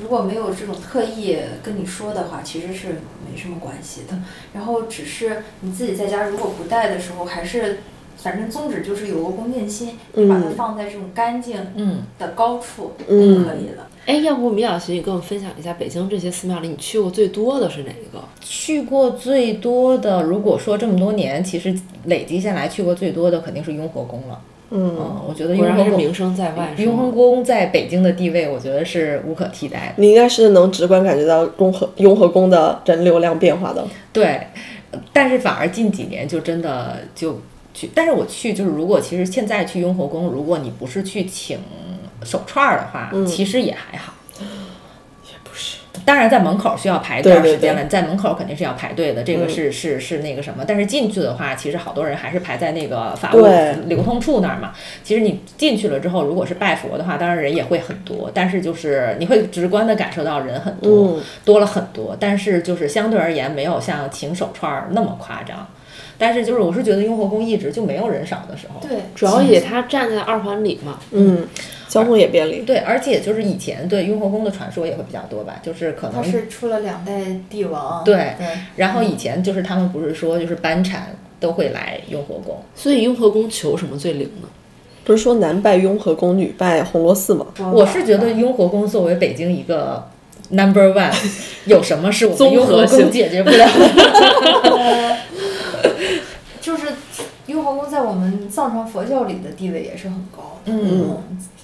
[SPEAKER 5] 如果没有这种特意跟你说的话，其实是没什么关系的。然后只是你自己在家如果不带的时候，还是反正宗旨就是有个恭敬心，你把它
[SPEAKER 3] 嗯
[SPEAKER 5] 放在这种干净
[SPEAKER 2] 嗯，
[SPEAKER 5] 的高处就
[SPEAKER 3] 嗯
[SPEAKER 5] 可以了。
[SPEAKER 1] 哎，要不米老师，你跟我们分享一下北京这些寺庙里你去过最多的是哪一个？
[SPEAKER 2] 去过最多的，如果说这么多年，其实累积下来去过最多的肯定是雍和宫了。
[SPEAKER 3] 嗯，
[SPEAKER 2] 嗯，我觉得
[SPEAKER 1] 果
[SPEAKER 2] 雍
[SPEAKER 1] 然
[SPEAKER 2] 和
[SPEAKER 1] 还是
[SPEAKER 2] 宫
[SPEAKER 1] 名，声在外。是
[SPEAKER 2] 雍和
[SPEAKER 1] 吗
[SPEAKER 2] 宫在北京的地位，我觉得是无可替代的。
[SPEAKER 3] 你应该是能直观感觉到雍和雍和宫的人流量变化的。
[SPEAKER 2] 对，呃但是反而近几年就真的就去，但是我去就是如果其实现在去雍和宫，如果你不是去请手串儿的话，
[SPEAKER 3] 嗯
[SPEAKER 2] 其实也还好。当然，在门口需要排一
[SPEAKER 3] 对
[SPEAKER 2] 段
[SPEAKER 3] 对
[SPEAKER 2] 时间
[SPEAKER 3] 对嗯
[SPEAKER 2] 了，你在门口肯定是要排队的，这个是是是那个什么。但是进去的话，其实好多人还是排在那个法务
[SPEAKER 3] 对
[SPEAKER 2] 流通处那儿嘛。其实你进去了之后，如果是拜佛的话，当然人也会很多，但是就是你会直观的感受到人很多，
[SPEAKER 3] 嗯
[SPEAKER 2] 多了很多，但是就是相对而言没有像请手串儿那么夸张。但是就是我是觉得雍和宫一直就没有人少的时候。
[SPEAKER 5] 对，
[SPEAKER 1] 主要也他站在二环里嘛，
[SPEAKER 3] 嗯，交通也便利。
[SPEAKER 2] 对，而且就是以前对雍和宫的传说也会比较多吧，就是可
[SPEAKER 5] 他
[SPEAKER 2] 能
[SPEAKER 5] 是嗯出了两代帝王。
[SPEAKER 2] 对
[SPEAKER 5] 对。
[SPEAKER 2] 然后以前就是他们不是说就是班禅都会来雍和宫，
[SPEAKER 1] 所以雍和宫求什么最灵呢？
[SPEAKER 3] 不是说男拜雍和宫，女拜红螺寺吗？
[SPEAKER 5] 嗯
[SPEAKER 2] 我是觉得雍和宫作为北京一个 number one，有什么是我们
[SPEAKER 1] 综
[SPEAKER 2] 雍
[SPEAKER 1] 合
[SPEAKER 2] 和宫
[SPEAKER 1] 性
[SPEAKER 2] 解决不了的？
[SPEAKER 5] 呃，就是雍和宫在我们藏传佛教里的地位也是很高的。
[SPEAKER 2] 嗯，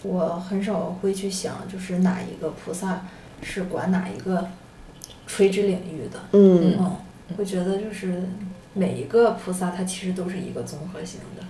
[SPEAKER 5] 我很少会去想，就是哪一个菩萨是管哪一个垂直领域的。
[SPEAKER 3] 嗯，
[SPEAKER 5] 嗯，我觉得就是每一个菩萨它其实都是一个综合性的。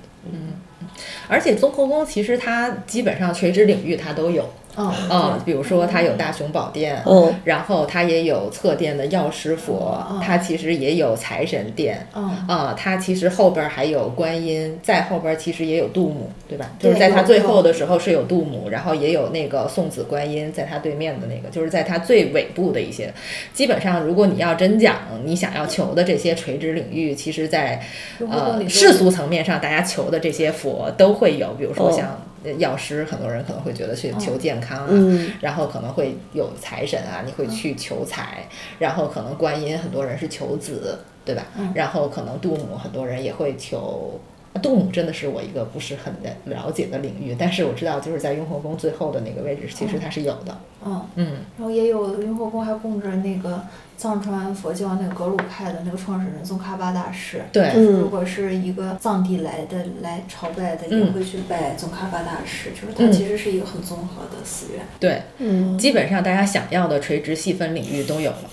[SPEAKER 2] 而且综合宫其实它基本上垂直领域它都有，
[SPEAKER 5] 嗯，
[SPEAKER 2] 嗯，比如说它有大雄宝殿，
[SPEAKER 3] 嗯，
[SPEAKER 2] 然后它也有侧殿的药师佛
[SPEAKER 5] 嗯，
[SPEAKER 2] 它其实也有财神殿。
[SPEAKER 5] 嗯，
[SPEAKER 2] 啊、它其实后边儿还有观音，在后边儿其实也有杜母，对吧？就
[SPEAKER 5] 对
[SPEAKER 2] 是在它
[SPEAKER 5] 有
[SPEAKER 2] 最
[SPEAKER 5] 有
[SPEAKER 2] 后的时候是有杜母，然后也有那个送子观音，在它对面的那个，就是在它最尾部的一些。基本上，如果你要真讲你想要求的这些垂直领域，其实在
[SPEAKER 5] 雍和宫
[SPEAKER 2] 呃
[SPEAKER 5] 里都
[SPEAKER 2] 世俗层面上，大家求的这些佛都会有，比如说
[SPEAKER 3] 哦
[SPEAKER 2] 像呃药师，很多人可能会觉得去求健康啊，
[SPEAKER 3] 嗯
[SPEAKER 2] 然后可能会有财神啊，你会去求财，然后可能观音很多人是求子，对吧？
[SPEAKER 3] 嗯
[SPEAKER 2] 然后可能杜母很多人也会求。啊杜母真的是我一个不是很了解的领域，但是我知道就是在雍和宫最后的那个位置，其
[SPEAKER 3] 哦
[SPEAKER 2] 实它是有的。
[SPEAKER 5] 嗯，
[SPEAKER 2] 嗯，
[SPEAKER 5] 然后也有雍和宫还供着那个藏传佛教那个格鲁派的那个创始人宗喀巴大师。
[SPEAKER 2] 对，
[SPEAKER 3] 嗯
[SPEAKER 5] 如果是一个藏地来的来朝拜的，也
[SPEAKER 2] 嗯
[SPEAKER 5] 会去拜宗喀巴大师，就是
[SPEAKER 2] 嗯
[SPEAKER 5] 它其实是一个很综合的寺院。
[SPEAKER 2] 对，
[SPEAKER 3] 嗯
[SPEAKER 2] 基本上大家想要的垂直细分领域都有了。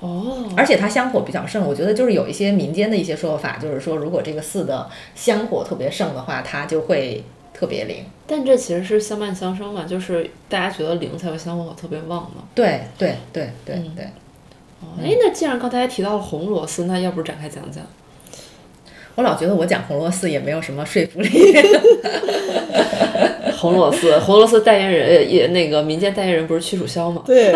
[SPEAKER 1] 哦，
[SPEAKER 2] 而且它香火比较盛，我觉得就是有一些民间的一些说法，就是说如果这个寺的香火特别盛的话，它就会特别灵。
[SPEAKER 1] 但这其实是相伴相生嘛，就是大家觉得灵才会香火特别旺嘛。
[SPEAKER 2] 对对对对对，
[SPEAKER 1] 哦，
[SPEAKER 2] 嗯
[SPEAKER 1] 哎，那既然刚才提到了红螺丝，那要不展开讲讲？
[SPEAKER 2] 我老觉得我讲红螺寺也没有什么说服力。
[SPEAKER 1] 红螺丝，红螺丝代言人呃也也那个民间代言人不是屈楚萧吗？
[SPEAKER 3] 对，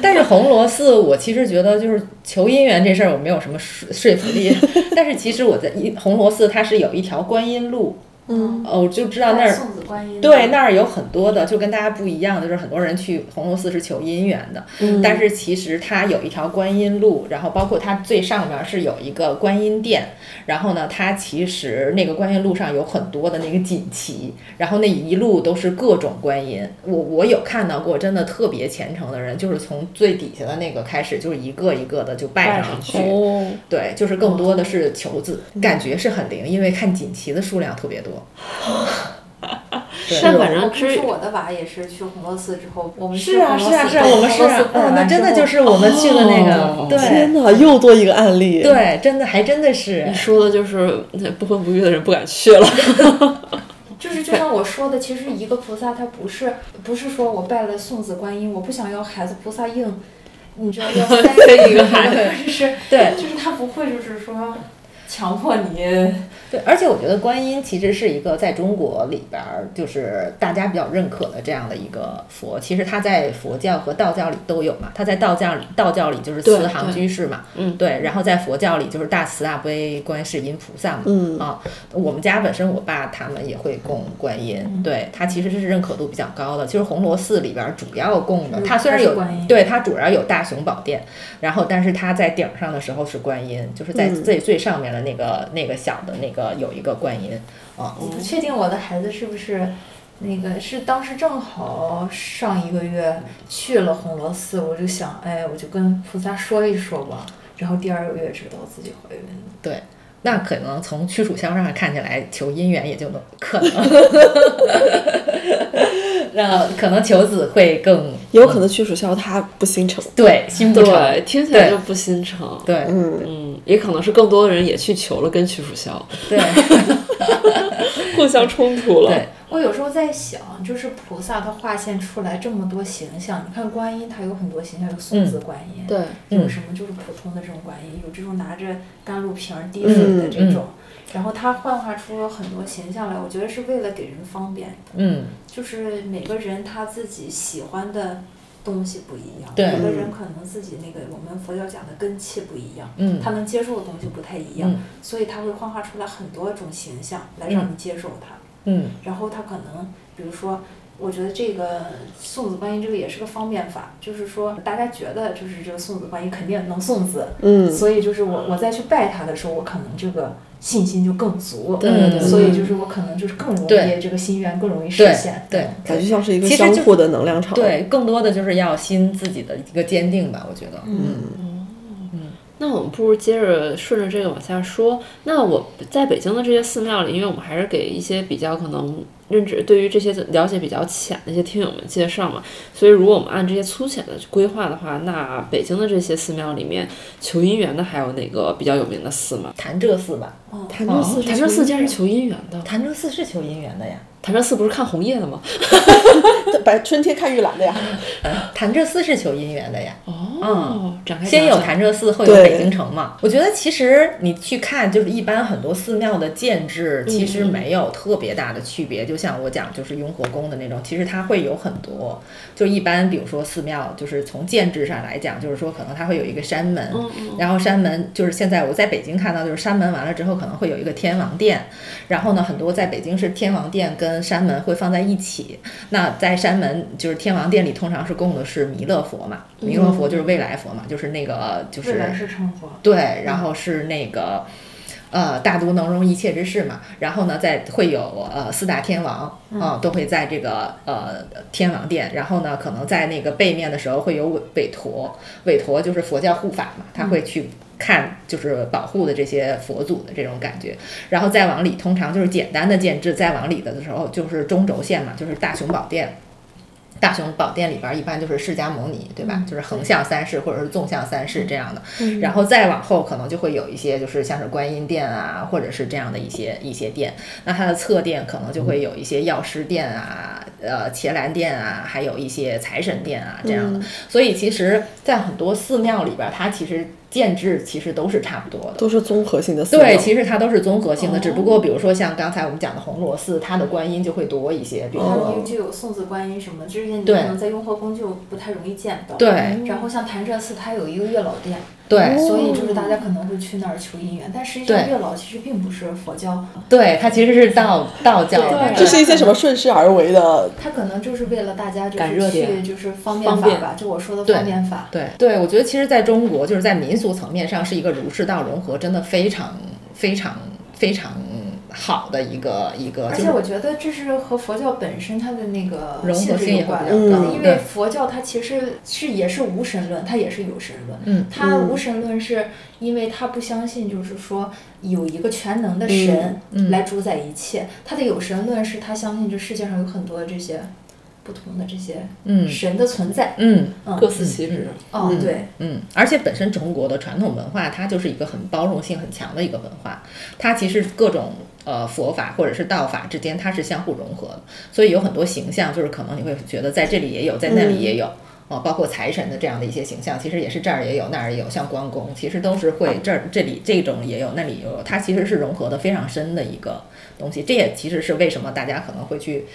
[SPEAKER 2] 但是红螺寺，我其实觉得就是求姻缘这事儿，我没有什么说说服力。 但是其实我在一红螺寺，它是有一条观音路，
[SPEAKER 5] 嗯，
[SPEAKER 2] 呃，我就知道那儿
[SPEAKER 5] 送子观
[SPEAKER 1] 嗯
[SPEAKER 5] 音
[SPEAKER 2] 对，那儿有很多的，就跟大家不一样的，就是很多人去红螺寺是求姻缘的，
[SPEAKER 1] 嗯
[SPEAKER 2] 但是其实它有一条观音路，然后包括它最上面是有一个观音殿，然后呢，它其实那个观音路上有很多的那个锦旗，然后那一路都是各种观音，我我有看到过真的特别虔诚的人，就是从最底下的那个开始，就是一个一个的就拜
[SPEAKER 1] 拜
[SPEAKER 2] 上
[SPEAKER 1] 上嗯
[SPEAKER 2] 去，
[SPEAKER 3] 哦，
[SPEAKER 2] 对，就是更多的是求字，感觉是很灵，因为看锦旗的数量特别多。对哎
[SPEAKER 1] 但反
[SPEAKER 5] 我
[SPEAKER 1] 正
[SPEAKER 5] 听
[SPEAKER 1] 之
[SPEAKER 5] 说我的娃也是去红螺寺之后，我们
[SPEAKER 2] 是啊，是啊，是啊，我们是啊，嗯，那真的就是是我们去的那个，
[SPEAKER 1] 哦
[SPEAKER 2] 对
[SPEAKER 3] 天哪，又多一个案例。，
[SPEAKER 2] 对，真的还真的是
[SPEAKER 1] 你，说的就是那不婚不育的人不敢去了。
[SPEAKER 5] 就是就像我说的，其实一个菩萨他不是不是说我拜了送子观音，我不想要孩子，菩萨硬，你知道要塞
[SPEAKER 1] 塞
[SPEAKER 5] 这
[SPEAKER 1] 一个孩子
[SPEAKER 5] 就是
[SPEAKER 2] 对
[SPEAKER 5] 就是他不会就是说。强迫你
[SPEAKER 2] 对，而且我觉得观音其实是一个在中国里边儿，就是大家比较认可的这样的一个佛。其实它在佛教和道教里都有嘛，它在道教里，道教里就是
[SPEAKER 1] 对
[SPEAKER 2] 慈航
[SPEAKER 1] 对
[SPEAKER 2] 居士嘛，
[SPEAKER 1] 嗯
[SPEAKER 2] 对，然后在佛教里就是大慈大悲观世音菩萨嘛，
[SPEAKER 3] 嗯
[SPEAKER 2] 啊，我们家本身我爸他们也会供观
[SPEAKER 5] 嗯
[SPEAKER 2] 音，对，它其实是认可度比较高的。就是红螺寺里边儿主要供的，
[SPEAKER 5] 嗯
[SPEAKER 2] 它虽然
[SPEAKER 5] 它是
[SPEAKER 2] 有
[SPEAKER 5] 观音
[SPEAKER 2] 对它主要有大雄宝殿，然后但是它在顶上的时候是观音，就是在
[SPEAKER 5] 嗯
[SPEAKER 2] 最最上面的那个那个小的那个有一个观音啊，
[SPEAKER 5] 我不确定我的孩子是不是那个是当时正好上一个月去了红螺寺，我就想，哎，我就跟菩萨说一说吧。然后第二个月知道自己怀孕了，
[SPEAKER 2] 对。那可能从驱楚销上看起来，求姻缘也就能可能， 那可能求子会更
[SPEAKER 3] 也有可能驱暑消它不心诚。
[SPEAKER 2] 对心不诚，
[SPEAKER 1] 对，听起来就不心诚。
[SPEAKER 2] 对
[SPEAKER 3] 嗯，
[SPEAKER 1] 嗯，也可能是更多的人也去求了，跟屈楚萧
[SPEAKER 2] 对嗯
[SPEAKER 1] 互相冲突了。
[SPEAKER 2] 对，
[SPEAKER 5] 我有时候在想，就是菩萨他化现出来这么多形象，你看观音，他有很多形象，有送子观音，
[SPEAKER 1] 对，
[SPEAKER 5] 有什么就是普通的这种观音，有这种拿着甘露瓶儿滴水的这种，然后他幻化出了很多形象来，我觉得是为了给人方便的。
[SPEAKER 2] 嗯。
[SPEAKER 5] 就是每个人他自己喜欢的东西不一样，
[SPEAKER 2] 对
[SPEAKER 5] 每个人可能自己那个我们佛教讲的根气不一样，
[SPEAKER 2] 嗯
[SPEAKER 5] 他能接受的东西不太一样，
[SPEAKER 2] 嗯
[SPEAKER 5] 所以他会幻化出来很多种形象来让你接受它。
[SPEAKER 2] 嗯
[SPEAKER 5] 然后他可能，比如说，我觉得这个送子观音这个也是个方便法，就是说大家觉得就是这个送子观音肯定能送子，
[SPEAKER 3] 嗯
[SPEAKER 5] 所以就是我我再去拜他的时候，我可能这个信心就更足，
[SPEAKER 2] 对对对
[SPEAKER 5] 所以就是我可能就是更容
[SPEAKER 2] 对
[SPEAKER 5] 易这个心愿更容易实
[SPEAKER 2] 对
[SPEAKER 5] 现，
[SPEAKER 2] 对
[SPEAKER 3] 感觉像是一个
[SPEAKER 2] 其实
[SPEAKER 3] 相
[SPEAKER 2] 就
[SPEAKER 3] 互的能量场。，
[SPEAKER 2] 对，更多的就是要心自己的一个坚定吧，我觉得。嗯
[SPEAKER 1] 那我们不如接着顺着这个往下说。那我在北京的这些寺庙里，因为我们还是给一些比较可能认知对于这些了解比较浅的一些听友们介绍嘛，所以如果我们按这些粗浅的规划的话，那北京的这些寺庙里面，求姻缘的还有哪个比较有名的寺吗？
[SPEAKER 2] 潭柘寺吧，
[SPEAKER 3] 潭柘寺是
[SPEAKER 1] 潭柘寺竟然是求姻缘的，
[SPEAKER 2] 潭柘寺是求姻缘的呀。
[SPEAKER 1] 潭柘寺不是看红叶的吗？
[SPEAKER 3] 白春天看玉兰的呀。
[SPEAKER 2] 潭柘寺是求姻缘的呀。
[SPEAKER 1] 哦，展开
[SPEAKER 2] 先有
[SPEAKER 1] 讲讲
[SPEAKER 2] 潭柘寺，后有
[SPEAKER 3] 对
[SPEAKER 2] 北京城嘛。我觉得其实你去看，就是一般很多寺庙的建制其实没有特别大的区别。就像我讲，就是雍和宫的那种，其实它会有很多，就一般比如说寺庙，就是从建制上来讲，就是说可能它会有一个山门，然后山门就是现在我在北京看到就是山门完了之后可能会有一个天王殿，然后呢很多在北京是天王殿跟山门会放在一起。那在山门就是天王殿里通常是供的是弥勒佛嘛，弥勒佛就是未来佛嘛，就是那个就
[SPEAKER 5] 嗯未
[SPEAKER 2] 是啊
[SPEAKER 5] 来是成佛。
[SPEAKER 2] 对，然后是那个。呃，大独能容一切之事嘛，然后呢，在会有呃四大天王啊、
[SPEAKER 5] 嗯
[SPEAKER 2] 都会在这个呃天王殿，然后呢，可能在那个背面的时候会有韦韦陀，韦陀就是佛教护法嘛，他会去看就是保护的这些佛祖的这种感觉，然后再往里，通常就是简单的建制，再往里的时候就是中轴线嘛，就是大雄宝殿。大雄宝殿里边儿一般就是释迦牟尼，对吧？就是横向三世或者是纵向三世这样的，然后再往后可能就会有一些就是像是观音殿啊，或者是这样的一些一些殿。那它的侧殿可能就会有一些药师殿啊、呃伽蓝殿啊，还有一些财神殿啊这样的。所以其实，在很多寺庙里边儿，它其实建制其实都是差不多的。
[SPEAKER 3] 都是综合性的思
[SPEAKER 2] 对，
[SPEAKER 3] 维。
[SPEAKER 2] 其实它都是综合性的，只不
[SPEAKER 5] 哦
[SPEAKER 2] 过比如说像刚才我们讲的红螺寺，它的观音就会多一些，比如
[SPEAKER 5] 它
[SPEAKER 2] 说
[SPEAKER 5] 因为就有送子观音什么，这些你可
[SPEAKER 2] 哦对
[SPEAKER 5] 能在雍和宫就不太容易见到。
[SPEAKER 2] 对
[SPEAKER 5] 然后像潭柘寺，它有一个月老殿，
[SPEAKER 2] 对
[SPEAKER 5] 所以就是大家可能会去那儿求姻缘，但实际上
[SPEAKER 2] 对
[SPEAKER 5] 月老其实并不是佛教，
[SPEAKER 2] 对，它其实是道道教
[SPEAKER 5] 对
[SPEAKER 2] 的，
[SPEAKER 3] 这是一些什么顺势而为的？
[SPEAKER 5] 他可能就是为了大家就
[SPEAKER 1] 嗯赶热
[SPEAKER 5] 是去
[SPEAKER 1] 点
[SPEAKER 5] 就是方便
[SPEAKER 1] 方
[SPEAKER 5] 法
[SPEAKER 1] 便
[SPEAKER 5] 吧，就我说的
[SPEAKER 2] 对
[SPEAKER 5] 方便法。
[SPEAKER 2] 对对，我觉得其实在中国，就是在民俗层面上，是一个儒释道融合，真的非常非常非常好的一个一个，
[SPEAKER 5] 而
[SPEAKER 2] 就
[SPEAKER 5] 且
[SPEAKER 2] 是
[SPEAKER 5] 我觉得这是和佛教本身它的那个
[SPEAKER 2] 融合
[SPEAKER 5] 性质
[SPEAKER 2] 性也
[SPEAKER 5] 有
[SPEAKER 2] 会
[SPEAKER 5] 关
[SPEAKER 2] 比
[SPEAKER 5] 的，
[SPEAKER 2] 较高。
[SPEAKER 5] 因为
[SPEAKER 2] 对，
[SPEAKER 5] 佛教它其实是也是无神论，它也是有神论。
[SPEAKER 2] 嗯，
[SPEAKER 5] 它无神论是因为它不相信，就是说有一个全能的神
[SPEAKER 2] 嗯嗯
[SPEAKER 5] 来主宰一切。它的有神论是它相信这世界上有很多这些不同的这些
[SPEAKER 2] 嗯
[SPEAKER 5] 神的存在。
[SPEAKER 2] 嗯
[SPEAKER 1] 各司其职。
[SPEAKER 5] 哦，对，
[SPEAKER 2] 嗯，而且本身中国的传统文化，它就是一个很包容性很强的一个文化，它其实各种呃佛法或者是道法之间，它是相互融合的，所以有很多形象，就是可能你会觉得在这里也有，在那里也有。哦，包括财神的这样的一些形象，其实也是这儿也有，那儿也有，像关公，其实都是会这儿这里这种也有，那里也有，它其实是融合的非常深的一个东西。这也其实是为什么大家可能会去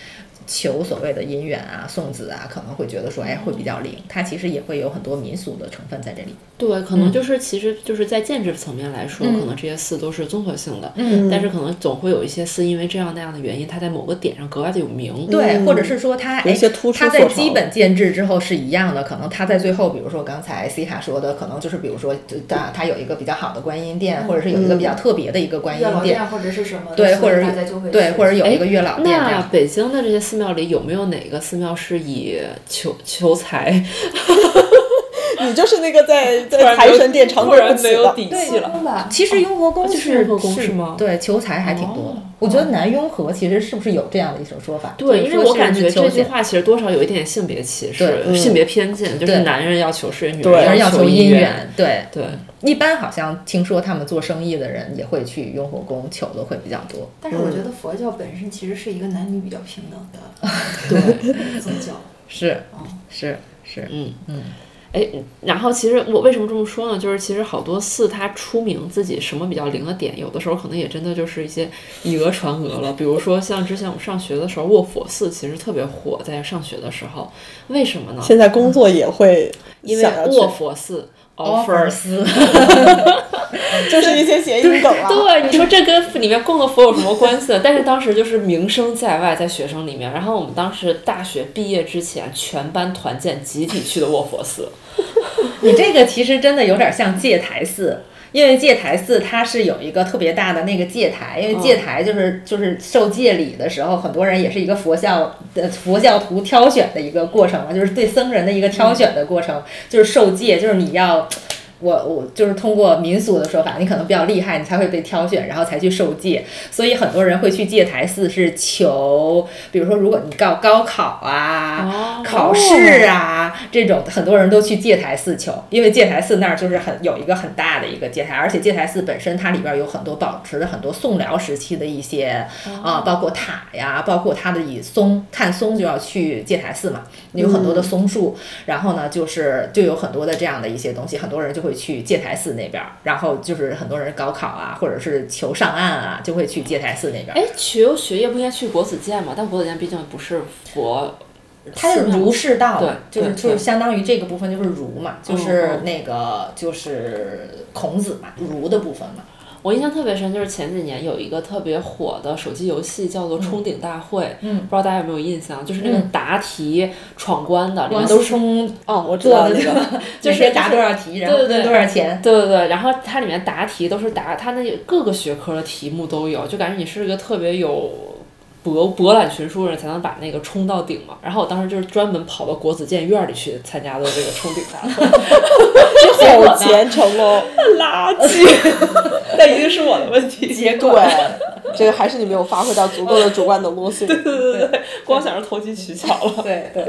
[SPEAKER 2] 求所谓的姻缘啊、送子啊，可能会觉得说，哎，会比较灵。它其实也会有很多民俗的成分在这里。
[SPEAKER 1] 对，可能就是其实就是在建制层面来说，可能这些寺都是综合性的，嗯，但是可能总会有一些寺因为这样那样的原因，它在某个点上格外的有名，
[SPEAKER 2] 对，或者是说它
[SPEAKER 3] 有一
[SPEAKER 2] 哎
[SPEAKER 3] 些突出
[SPEAKER 2] 它在
[SPEAKER 3] 所长
[SPEAKER 2] 基本建制之后是一样的，可能它在最后，比如说刚才 C 卡说的，可能就是比如说就它它有一个比较好的观音殿，或者是有一个比较特别的一个观
[SPEAKER 5] 月
[SPEAKER 2] 音
[SPEAKER 5] 老
[SPEAKER 2] 殿，
[SPEAKER 5] 殿或者是什么的，
[SPEAKER 2] 对，
[SPEAKER 5] 所
[SPEAKER 2] 或
[SPEAKER 5] 以
[SPEAKER 2] 者
[SPEAKER 5] 大家就会
[SPEAKER 2] 是对，
[SPEAKER 5] 去
[SPEAKER 2] 或者有一个月老殿这
[SPEAKER 1] 啊那
[SPEAKER 2] 样。
[SPEAKER 1] 北京的这些寺庙里有没有哪个寺庙是以求求财，
[SPEAKER 3] 你就是那个在在
[SPEAKER 1] 突然
[SPEAKER 3] 财
[SPEAKER 1] 没有
[SPEAKER 3] 神殿常
[SPEAKER 1] 突
[SPEAKER 3] 规不
[SPEAKER 1] 然没
[SPEAKER 3] 起
[SPEAKER 1] 有
[SPEAKER 3] 的，
[SPEAKER 1] 底
[SPEAKER 5] 对
[SPEAKER 1] 气了？
[SPEAKER 5] 雍吧，
[SPEAKER 2] 其实雍和宫
[SPEAKER 1] 啊就是
[SPEAKER 2] 是
[SPEAKER 1] 雍和宫是吗
[SPEAKER 2] 对，求财还挺多的。我觉得南雍和其实是不是有这样的一种说法？
[SPEAKER 1] 对，
[SPEAKER 2] 就是
[SPEAKER 1] 因
[SPEAKER 2] 说
[SPEAKER 1] 为我
[SPEAKER 2] 是
[SPEAKER 1] 感觉
[SPEAKER 2] 求
[SPEAKER 1] 这句
[SPEAKER 2] 钱
[SPEAKER 1] 话其实多少有一点性别歧视
[SPEAKER 2] 对、
[SPEAKER 3] 嗯
[SPEAKER 1] 性别偏见，就是
[SPEAKER 2] 对
[SPEAKER 1] 男人要求事业，女
[SPEAKER 3] 对
[SPEAKER 2] 而
[SPEAKER 1] 人
[SPEAKER 2] 要
[SPEAKER 1] 求
[SPEAKER 2] 求
[SPEAKER 1] 姻
[SPEAKER 2] 姻缘，对，
[SPEAKER 1] 对，
[SPEAKER 2] 一般好像听说他们做生意的人也会去雍和宫求的会比较多。
[SPEAKER 5] 但是我觉得佛教本身其实是一个男女比较平等的
[SPEAKER 1] 对，
[SPEAKER 5] 宗 教。
[SPEAKER 2] 是，是，是，
[SPEAKER 1] 嗯
[SPEAKER 2] 嗯。
[SPEAKER 1] 哎，然后其实我为什么这么说呢？就是其实好多寺它出名自己什么比较灵的点，有的时候可能也真的就是一些以讹传讹了。比如说像之前我们上学的时候，卧佛寺其实特别火，在上学的时候，为什么呢？
[SPEAKER 3] 现在工作也会
[SPEAKER 1] 因为
[SPEAKER 3] 想要去哦
[SPEAKER 1] 卧佛寺 offers。
[SPEAKER 2] 斯，
[SPEAKER 3] 就是一些谐音梗啊。
[SPEAKER 1] 对，你说这跟里面供的佛有什么关系呢？但是当时就是名声在外，在学生里面。然后我们当时大学毕业之前，全班团建集体去的卧佛寺。
[SPEAKER 2] 你这个其实真的有点像戒台寺。因为戒台寺它是有一个特别大的那个戒台，因为戒台就是就是受戒礼的时候，很多人也是一个佛教的佛教徒挑选的一个过程嘛，就是对僧人的一个挑选的过程，就是受戒，就是你要我我就是通过民俗的说法，你可能比较厉害，你才会被挑选，然后才去受戒。所以很多人会去戒台寺是求，比如说如果你告高考啊、
[SPEAKER 1] 哦
[SPEAKER 2] 考试啊这种，很多人都去戒台寺求，因为戒台寺那儿就是很有一个很大的一个戒台，而且戒台寺本身它里边有很多保持着很多宋辽时期的一些啊、包括塔呀，包括它的以松看松就要去戒台寺嘛，有很多的松树，然后呢，就是就有很多的这样的一些东西，很多人就会去戒台寺那边儿，然后就是很多人高考啊，或者是求上岸啊，就会去戒台寺那边儿。
[SPEAKER 1] 哎，求学业不应该去国子监吗？但国子监毕竟不是佛，
[SPEAKER 2] 它就是儒释道嘛，
[SPEAKER 1] 对
[SPEAKER 2] 就是
[SPEAKER 1] 对
[SPEAKER 2] 就是
[SPEAKER 1] 对
[SPEAKER 2] 相当于这个部分就是儒嘛，就是
[SPEAKER 1] 嗯
[SPEAKER 2] 那个就是孔子嘛，儒的部分嘛。
[SPEAKER 1] 我印象特别深，就是前几年有一个特别火的手机游戏，叫做《冲顶大会》，
[SPEAKER 2] 嗯
[SPEAKER 1] 不知道大家有没有印象？就是那个答题闯关的，里面
[SPEAKER 2] 王
[SPEAKER 1] 都
[SPEAKER 2] 思
[SPEAKER 1] 是
[SPEAKER 2] 聪
[SPEAKER 1] 哦，我
[SPEAKER 2] 做的那
[SPEAKER 1] 个。
[SPEAKER 2] 个，
[SPEAKER 1] 就
[SPEAKER 2] 就是是答多少题，然后
[SPEAKER 1] 对对
[SPEAKER 2] 分
[SPEAKER 1] 对
[SPEAKER 2] 多少钱。
[SPEAKER 1] 对对对，然后它里面答题都是答它那各个学科的题目都有，就感觉你是一个特别有博博览群书的人才能把那个冲到顶嘛。然后我当时就是专门跑到国子监院里去参加的这个冲顶大会，
[SPEAKER 3] 好虔诚 哦，
[SPEAKER 1] 垃 圾，那一定是我的问题。
[SPEAKER 2] 结
[SPEAKER 3] 对，这个还是你没有发挥到足够的主观能动性。
[SPEAKER 1] 对对， 光想着投机取巧了。
[SPEAKER 2] 对对。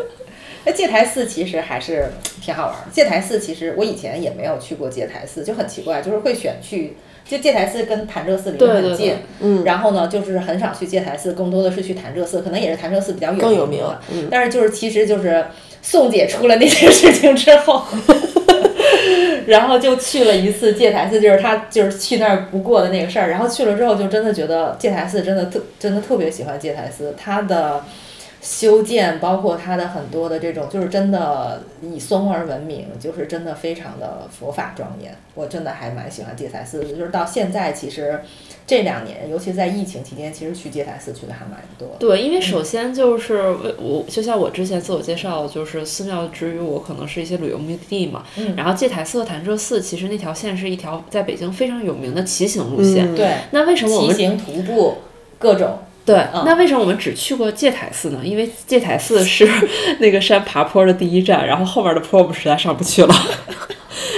[SPEAKER 2] 那戒台寺其实还是挺好玩儿。戒台寺其实我以前也没有去过戒台寺，就很奇怪，就是会选去就戒台寺跟潭柘寺离得
[SPEAKER 1] 对
[SPEAKER 2] 很
[SPEAKER 1] 对
[SPEAKER 2] 近，
[SPEAKER 1] 对
[SPEAKER 3] 嗯
[SPEAKER 2] 然后呢就是很少去戒台寺，更多的是去潭柘寺，可能也是潭柘寺比较
[SPEAKER 3] 更有
[SPEAKER 2] 有
[SPEAKER 3] 名
[SPEAKER 2] 嘛
[SPEAKER 3] 嗯
[SPEAKER 2] 但是就是其实就是宋姐出了那件事情之后。然后就去了一次戒台寺，就是他就是去那儿不过的那个事儿。然后去了之后，就真的觉得戒台寺真的特真的特别喜欢戒台寺，它的修建包括它的很多的这种，就是真的以松而闻名，就是真的非常的佛法庄严。我真的还蛮喜欢戒台寺的，就是到现在其实这两年，尤其在疫情期间，其实去戒台寺去的还蛮多的。
[SPEAKER 1] 对，因为首先就是为我，就像我之前自我介绍，就是寺庙之于我可能是一些旅游目的地嘛。
[SPEAKER 2] 嗯
[SPEAKER 1] 然后戒台寺和潭柘寺，其实那条线是一条在北京非常有名的骑行路线。
[SPEAKER 3] 嗯
[SPEAKER 2] 对，
[SPEAKER 1] 那为什么我
[SPEAKER 2] 骑
[SPEAKER 1] 们
[SPEAKER 2] 行、徒步，各种
[SPEAKER 1] 对、
[SPEAKER 2] 嗯
[SPEAKER 1] 那为什么我们只去过戒台寺呢？因为戒台寺是 那个山爬坡的第一站，然后后面的坡我们实在上不去了。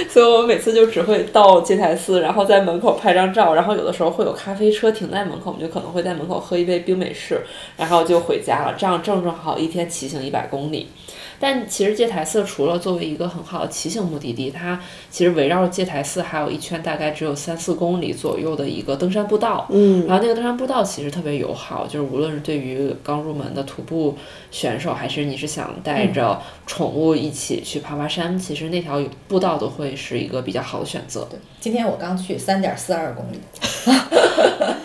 [SPEAKER 1] 所以我们每次就只会到戒台寺，然后在门口拍张照，然后有的时候会有咖啡车停在门口，我们就可能会在门口喝一杯冰美式，然后就回家了。这样正正好一天骑行一百公里。但其实戒台寺除了作为一个很好的骑行目的地，它其实围绕戒台寺还有一圈大概只有三四公里左右的一个登山步道。
[SPEAKER 3] 嗯
[SPEAKER 1] 然后那个登山步道其实特别友好，就是无论是对于刚入门的徒步选手，还是你是想带
[SPEAKER 2] 嗯
[SPEAKER 1] 着宠物一起去爬爬山，其实那条步道都会是一个比较好的选择。
[SPEAKER 2] 今天我刚去三点四二公里，
[SPEAKER 1] 嗯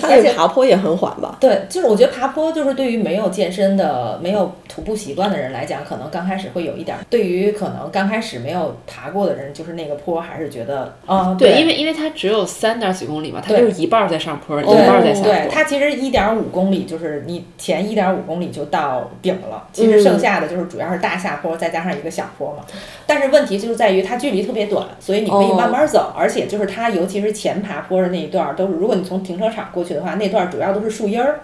[SPEAKER 3] 它
[SPEAKER 2] 而
[SPEAKER 3] 那
[SPEAKER 2] 且
[SPEAKER 3] 个爬坡也很缓吧？
[SPEAKER 2] 对，就是我觉得爬坡就是对于没有健身的、没有徒步习惯的人来讲，可能刚开始会有一点儿；对于可能刚开始没有爬过的人，就是那个坡还是觉得啊、
[SPEAKER 1] 对，因为因为它只有三点几公里嘛，它就是一半儿在上坡，一
[SPEAKER 2] 对
[SPEAKER 1] 半儿在下
[SPEAKER 2] 哦对，
[SPEAKER 1] 坡。
[SPEAKER 2] 它其实一点五公里就是你前一点五公里就到顶了，其实剩下的就是主要是大下坡，再加上一个小坡嘛。但是问题就是在于它距离特别短，所以你可以
[SPEAKER 3] 哦
[SPEAKER 2] 慢慢走，而且就是它尤其是前爬坡的那一段儿，都是如果你从停车场过去的话，那段儿主要都是树荫儿。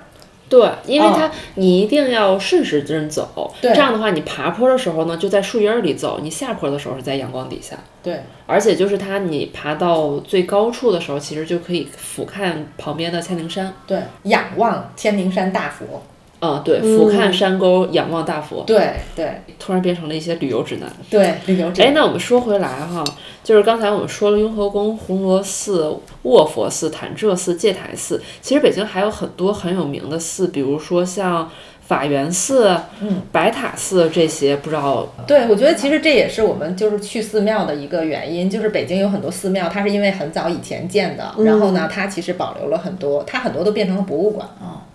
[SPEAKER 1] 对，因为
[SPEAKER 2] 嗯
[SPEAKER 1] 它你一定要顺时针走，
[SPEAKER 2] 对
[SPEAKER 1] 这样的话你爬坡的时候呢就在树荫儿里走，你下坡的时候是在阳光底下。
[SPEAKER 2] 对，
[SPEAKER 1] 而且就是它，你爬到最高处的时候，其实就可以俯瞰旁边的千灵山。
[SPEAKER 2] 对，仰望千灵山大佛。
[SPEAKER 1] 啊、对，
[SPEAKER 3] 嗯
[SPEAKER 1] 俯瞰山沟，仰望大佛，
[SPEAKER 2] 对对
[SPEAKER 1] 突然变成了一些旅游指南。
[SPEAKER 2] 对，旅游者
[SPEAKER 1] 哎，那我们说回来哈，就是刚才我们说了雍和宫、红螺寺、卧佛寺、潭柘寺、戒台寺，其实北京还有很多很有名的寺，比如说像法源寺、
[SPEAKER 2] 嗯、
[SPEAKER 1] 白塔寺这些，不知道
[SPEAKER 2] 对，我觉得其实这也是我们就是去寺庙的一个原因，就是北京有很多寺庙，它是因为很早以前建的，
[SPEAKER 3] 嗯
[SPEAKER 2] 然后呢，它其实保留了很多，它很多都变成了博物馆，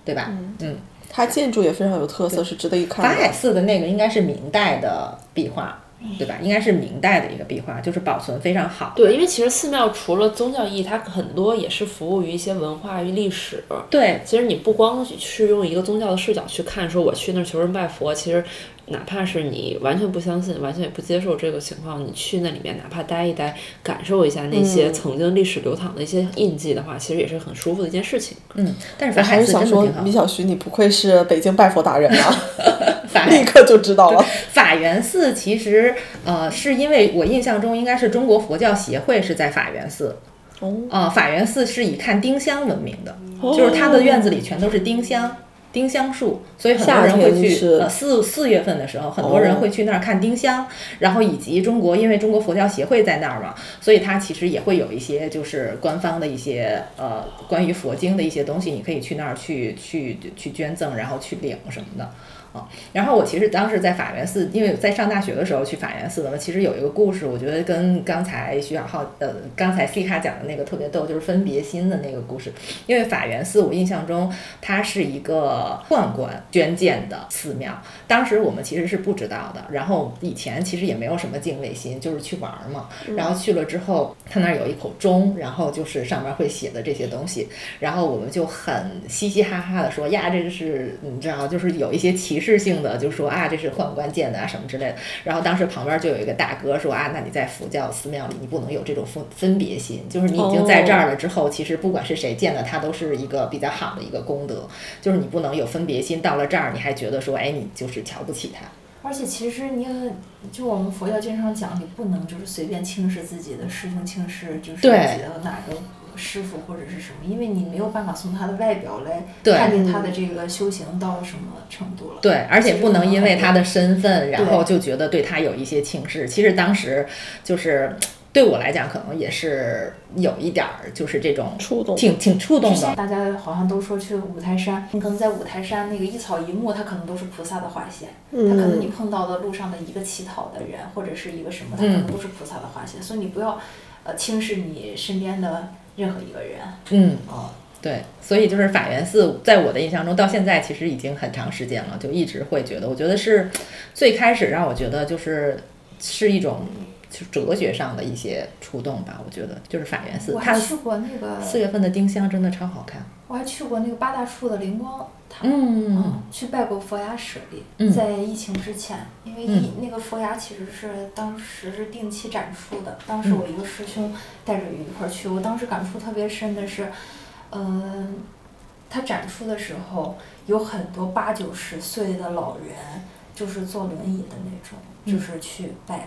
[SPEAKER 2] 对吧？嗯，
[SPEAKER 3] 它建筑也非常有特色，是值得一看
[SPEAKER 2] 法海
[SPEAKER 3] 的。
[SPEAKER 2] 寺的那个应该是明代的壁画，对吧？应该是明代的一个壁画，就是保存非常好。
[SPEAKER 1] 对，因为其实寺庙除了宗教意义，它很多也是服务于一些文化与历史。
[SPEAKER 2] 对
[SPEAKER 1] 其实你不光是用一个宗教的视角去看，说我去那儿求神拜佛，其实哪怕是你完全不相信、完全也不接受这个情况，你去那里面哪怕待一待，感受一下那些曾经历史流淌的一些印记的话，其实也是很舒服的一件事情。
[SPEAKER 2] 嗯，但是
[SPEAKER 3] 我
[SPEAKER 2] 法
[SPEAKER 3] 哎还
[SPEAKER 2] 海
[SPEAKER 3] 是
[SPEAKER 2] 寺真
[SPEAKER 3] 想
[SPEAKER 2] 的
[SPEAKER 3] 说
[SPEAKER 2] 挺，好
[SPEAKER 3] 米。小徐，你不愧是北京拜佛达人啊，
[SPEAKER 2] 法海
[SPEAKER 3] 立刻就知道了。
[SPEAKER 2] 法源寺其实呃，是因为我印象中应该是中国佛教协会是在法源寺。
[SPEAKER 3] 哦
[SPEAKER 2] 呃，法源寺是以看丁香闻名的，就是它的院子里全都是丁香。丁香树，所以很多人会
[SPEAKER 3] 夏天
[SPEAKER 2] 去。
[SPEAKER 3] 是
[SPEAKER 2] 呃，四四月份的时候，很多人会去那儿看丁香。然后以及中国，因为中国佛教协会在那儿嘛，所以它其实也会有一些就是官方的一些呃关于佛经的一些东西，你可以去那儿去去去捐赠，然后去领什么的。啊，然后我其实当时在法源寺，因为在上大学的时候去法源寺的嘛，其实有一个故事，我觉得跟刚才徐小浩呃，刚才 C 卡讲的那个特别逗，就是分别心的那个故事。因为法源寺，我印象中它是一个呃宦官捐建的寺庙，当时我们其实是不知道的。然后以前其实也没有什么敬畏心，就是去玩儿嘛。然后去了之后，他那儿有一口钟，然后就是上面会写的这些东西，然后我们就很嘻嘻哈哈的说呀，这个是你知道，就是有一些歧视性的，就说啊，这是宦官建的啊什么之类的。然后当时旁边就有一个大哥说啊，那你在佛教寺庙里，你不能有这种分分别心，就是你已经在这儿了之后，其实不管是谁建的，它都是一个比较好的一个功德，就是你不能有分别心。到了这儿，你还觉得说，哎，你就是瞧不起他。
[SPEAKER 5] 而且其实你很，就我们佛教经常讲，你不能就是随便轻视自己的师兄，轻视就是自己
[SPEAKER 2] 对
[SPEAKER 5] 的哪个师傅或者是什么，因为你没有办法从他的外表来
[SPEAKER 2] 对
[SPEAKER 5] 判定他的这个修行到什么程度了。
[SPEAKER 2] 对，而且不能因为他的身份，然
[SPEAKER 5] 对
[SPEAKER 2] 后就觉得对他有一些轻视。其实当时就是对我来讲，可能也是有一点儿，就是这种
[SPEAKER 3] 触动
[SPEAKER 2] 挺挺触动
[SPEAKER 5] 之前
[SPEAKER 2] 的。
[SPEAKER 5] 大家好像都说去五台山，你可能在五台山那个一草一木，它可能都是菩萨的化现。它可
[SPEAKER 3] 嗯
[SPEAKER 5] 能你碰到的路上的一个乞讨的人或者是一个什么，它可能都是菩萨的化现。所以你不要呃轻视你身边的任何一个人。
[SPEAKER 2] 嗯，
[SPEAKER 5] 哦，
[SPEAKER 2] 对，所以就是法源寺，在我的印象中，到现在其实已经很长时间了，就一直会觉得，我觉得是最开始让我觉得就是是一种就哲学上的一些触动吧。我觉得就是法源寺
[SPEAKER 5] 我，还
[SPEAKER 2] 它
[SPEAKER 5] 去过那个，
[SPEAKER 2] 四月份的丁香真的超好看。
[SPEAKER 5] 我还去过那个八大处的灵光塔。哦
[SPEAKER 2] 嗯，
[SPEAKER 5] 去拜过佛牙舍利，
[SPEAKER 2] 嗯
[SPEAKER 5] 在疫情之前，因为疫、那个佛牙其实是当时是定期展出的，当
[SPEAKER 2] 嗯
[SPEAKER 5] 时我一个师兄带着一块儿去，我当时感触特别深的是，嗯、他展出的时候有很多八九十岁的老人，就是坐轮椅的那种，
[SPEAKER 2] 嗯
[SPEAKER 5] 就是去拜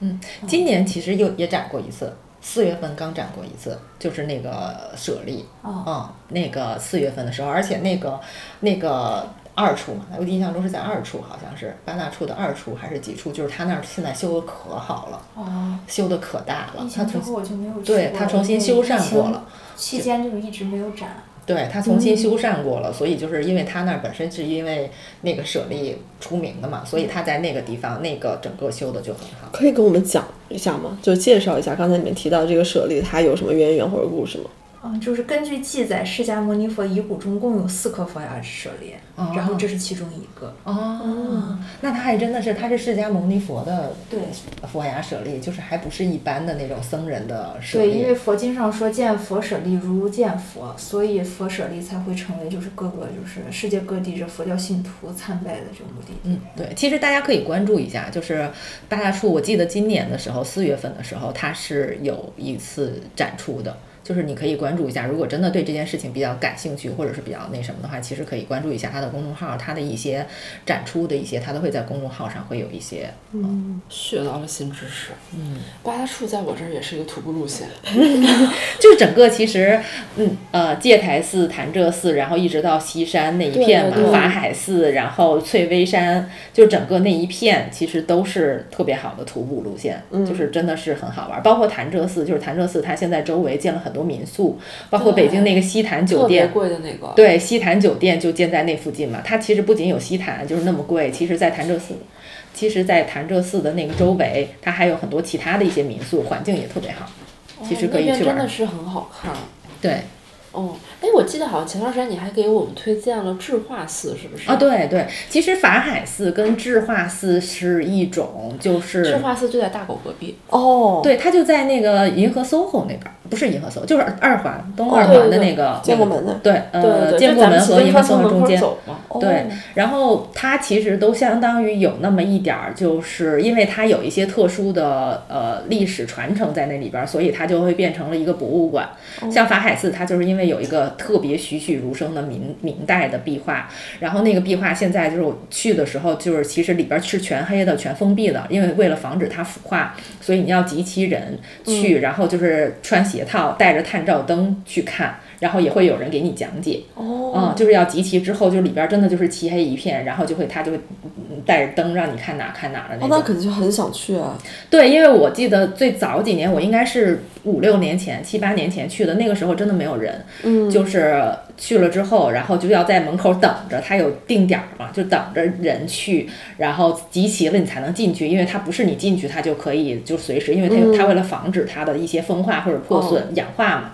[SPEAKER 5] 的。
[SPEAKER 2] 今年其实又也展过一次，四月份刚展过一次，就是那个舍利，
[SPEAKER 5] 哦
[SPEAKER 2] 嗯，那个四月份的时候，而且那个那个。二处嘛，我印象中是在二处，好像是八大处的二处还是几处，就是他那儿现在修的可好了，
[SPEAKER 5] 哦，
[SPEAKER 2] 修的可大了
[SPEAKER 5] 疫。
[SPEAKER 2] 啊他
[SPEAKER 5] 情之
[SPEAKER 2] 重
[SPEAKER 5] 后我就没有去
[SPEAKER 2] 对
[SPEAKER 5] 过
[SPEAKER 2] 他
[SPEAKER 5] 了
[SPEAKER 2] 重新
[SPEAKER 5] 因为
[SPEAKER 2] 修
[SPEAKER 5] 疫
[SPEAKER 2] 缮过
[SPEAKER 5] 情
[SPEAKER 2] 了，
[SPEAKER 5] 期间就一直没有展。
[SPEAKER 2] 对他重新修缮过了，所以就是因为他那儿本身是因为那个舍利出名的嘛，所以他在那个地方那个整个修的就很好。
[SPEAKER 3] 可以跟我们讲一下吗？就介绍一下刚才你们提到这个舍利，它有什么渊源或者故事吗？
[SPEAKER 4] 嗯，就是根据记载，释迦牟尼佛遗骨中共有四颗佛牙舍利，
[SPEAKER 2] 哦
[SPEAKER 4] 然后这是其中一个。
[SPEAKER 2] 哦，那他还真的是，他是释迦牟尼佛的
[SPEAKER 5] 对
[SPEAKER 2] 佛牙舍利，就是还不是一般的那种僧人的舍
[SPEAKER 5] 对，因为
[SPEAKER 2] 利。
[SPEAKER 5] 佛经上说见佛舍利如见佛，所以佛舍利才会成为就是各个就是世界各地这佛教信徒参拜的这个目的地。
[SPEAKER 2] 嗯，对，其实大家可以关注一下，就是八大处，我记得今年的时候，四月份的时候，它是有一次展出的，就是你可以关注一下。如果真的对这件事情比较感兴趣，或者是比较那什么的话，其实可以关注一下它的公众号，它的一些展出的一些，它都会在公众号上会有一些。
[SPEAKER 1] 学到了新知识。嗯，八大处在我这儿也是一个徒步路线。
[SPEAKER 2] 就是整个其实，嗯呃，戒台寺、潭柘寺，然后一直到西山那一片嘛，
[SPEAKER 1] 对对对
[SPEAKER 2] 法海寺，然后翠微山，就整个那一片其实都是特别好的徒步路线，
[SPEAKER 1] 嗯
[SPEAKER 2] 就是真的是很好玩。包括潭柘寺，就是潭柘寺，它现在周围建了很多民宿，包括北京那个西坛酒
[SPEAKER 1] 特别
[SPEAKER 2] 店。
[SPEAKER 1] 贵的那个，
[SPEAKER 2] 对，西坛酒店就建在那附近嘛。它其实不仅有西坛，就是那么贵，其实在潭柘寺，其实在潭柘寺的那个周围，它还有很多其他的一些民宿，环境也特别好。其实
[SPEAKER 1] 哦
[SPEAKER 2] 可
[SPEAKER 1] 那
[SPEAKER 2] 以
[SPEAKER 1] 边
[SPEAKER 2] 去玩
[SPEAKER 1] 真的是很好看。
[SPEAKER 2] 对，
[SPEAKER 1] 哦，哎，我记得好像前段时间你还给我们推荐了智化寺，是不是？
[SPEAKER 2] 啊，，对对，其实法海寺跟智化寺是一种，就
[SPEAKER 1] 智
[SPEAKER 2] 是
[SPEAKER 1] 化寺就在大狗隔壁。
[SPEAKER 3] 哦，
[SPEAKER 2] 对，它就在那个银河 SOHO 那边儿，不是银河 SOHO，就是二二环东
[SPEAKER 1] 哦
[SPEAKER 2] 二
[SPEAKER 1] 对
[SPEAKER 2] 环的
[SPEAKER 1] 对
[SPEAKER 2] 那个
[SPEAKER 3] 建
[SPEAKER 2] 那
[SPEAKER 3] 国
[SPEAKER 2] 个
[SPEAKER 3] 门那儿
[SPEAKER 2] 对，呃，
[SPEAKER 1] 对对
[SPEAKER 2] 建
[SPEAKER 1] 对，
[SPEAKER 2] 国
[SPEAKER 1] 就咱
[SPEAKER 2] 门
[SPEAKER 1] 们
[SPEAKER 2] 和银河
[SPEAKER 1] 川从
[SPEAKER 2] SOHO
[SPEAKER 1] 门
[SPEAKER 2] 中
[SPEAKER 1] 口
[SPEAKER 2] 间。
[SPEAKER 1] 走哦嘛。
[SPEAKER 2] 对，然后它其实都相当于有那么一点儿，就是因为它有一些特殊的呃历史传承在那里边儿，所以它就会变成了一个博物馆。像法海寺，它就是因为有一个特别栩栩如生的明明代的壁画，然后那个壁画现在就是我去的时候，就是其实里边儿是全黑的、全封闭的，因为为了防止它腐化，所以你要集齐人去，然后就是穿鞋套，带着探照灯去看，然后也会有人给你讲解。嗯，就是要集齐之后，就里边儿真的就是漆黑一片，然后就会他就会嗯带着灯让你看哪儿看哪儿的
[SPEAKER 3] 哦，
[SPEAKER 2] 那
[SPEAKER 3] 那
[SPEAKER 2] 种。
[SPEAKER 3] 肯定就很想去啊。
[SPEAKER 2] 对，因为我记得最早几年，我应该是五六年前、七八年前去的，那个时候真的没有人，
[SPEAKER 3] 嗯，
[SPEAKER 2] 就是去了之后，然后就要在门口等着，他有定点儿嘛，就等着人去，然后集齐了你才能进去，因为它不是你进去它就可以就随时，因为它有它为了防止它的一些风化或者破损、氧化嘛。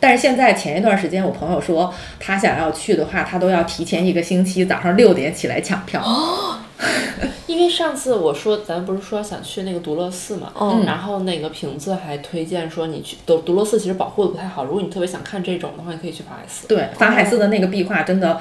[SPEAKER 2] 但是现在前一段时间，我朋友说他想要去的话，他都要提前一个星期早上六点起来抢票。
[SPEAKER 1] 因为上次我说咱不是说想去那个独乐寺嘛，
[SPEAKER 2] 哦
[SPEAKER 3] 嗯
[SPEAKER 1] 然后那个瓶子还推荐说你去独独乐寺其实保护的不太好，如果你特别想看这种的话，你可以去法海寺。
[SPEAKER 2] 对，法海寺的那个壁画真的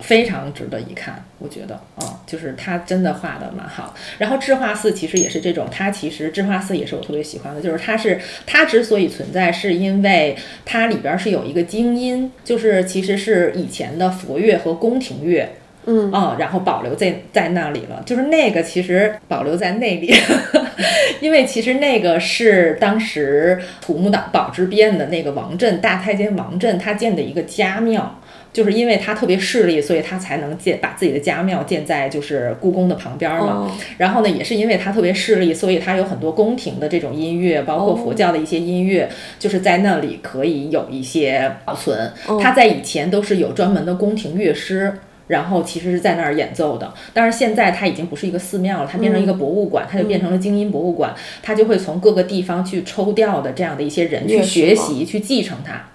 [SPEAKER 2] 非常值得一看，我觉得，嗯，就是它真的画的蛮好。然后智化寺其实也是这种，它其实智化寺也是我特别喜欢的，就是它是它之所以存在，是因为它里边儿是有一个精音，就是其实是以前的佛乐和宫廷乐。
[SPEAKER 3] 嗯
[SPEAKER 2] 哦，然后保留在在那里了，就是那个其实保留在那里， 因为其实那个是当时土木堡堡之变的那个王振大太监王振他建的一个家庙。就是因为他特别势利，所以他才能建把自己的家庙建在就是故宫的旁边嘛。
[SPEAKER 3] 哦
[SPEAKER 2] 然后呢，也是因为他特别势利，所以他有很多宫廷的这种音乐，包括
[SPEAKER 3] 哦
[SPEAKER 2] 佛教的一些音乐，就是在那里可以有一些保存。
[SPEAKER 3] 哦
[SPEAKER 2] 他在以前都是有专门的宫廷乐师。然后其实是在那儿演奏的，但是现在它已经不是一个寺庙了，它变成一
[SPEAKER 3] 嗯
[SPEAKER 2] 个博物馆，它就变成了精英博物馆，它就会从各个地方去抽调的这样的一些人去
[SPEAKER 3] 乐师
[SPEAKER 2] 学
[SPEAKER 3] 吗
[SPEAKER 2] 习、去继承它。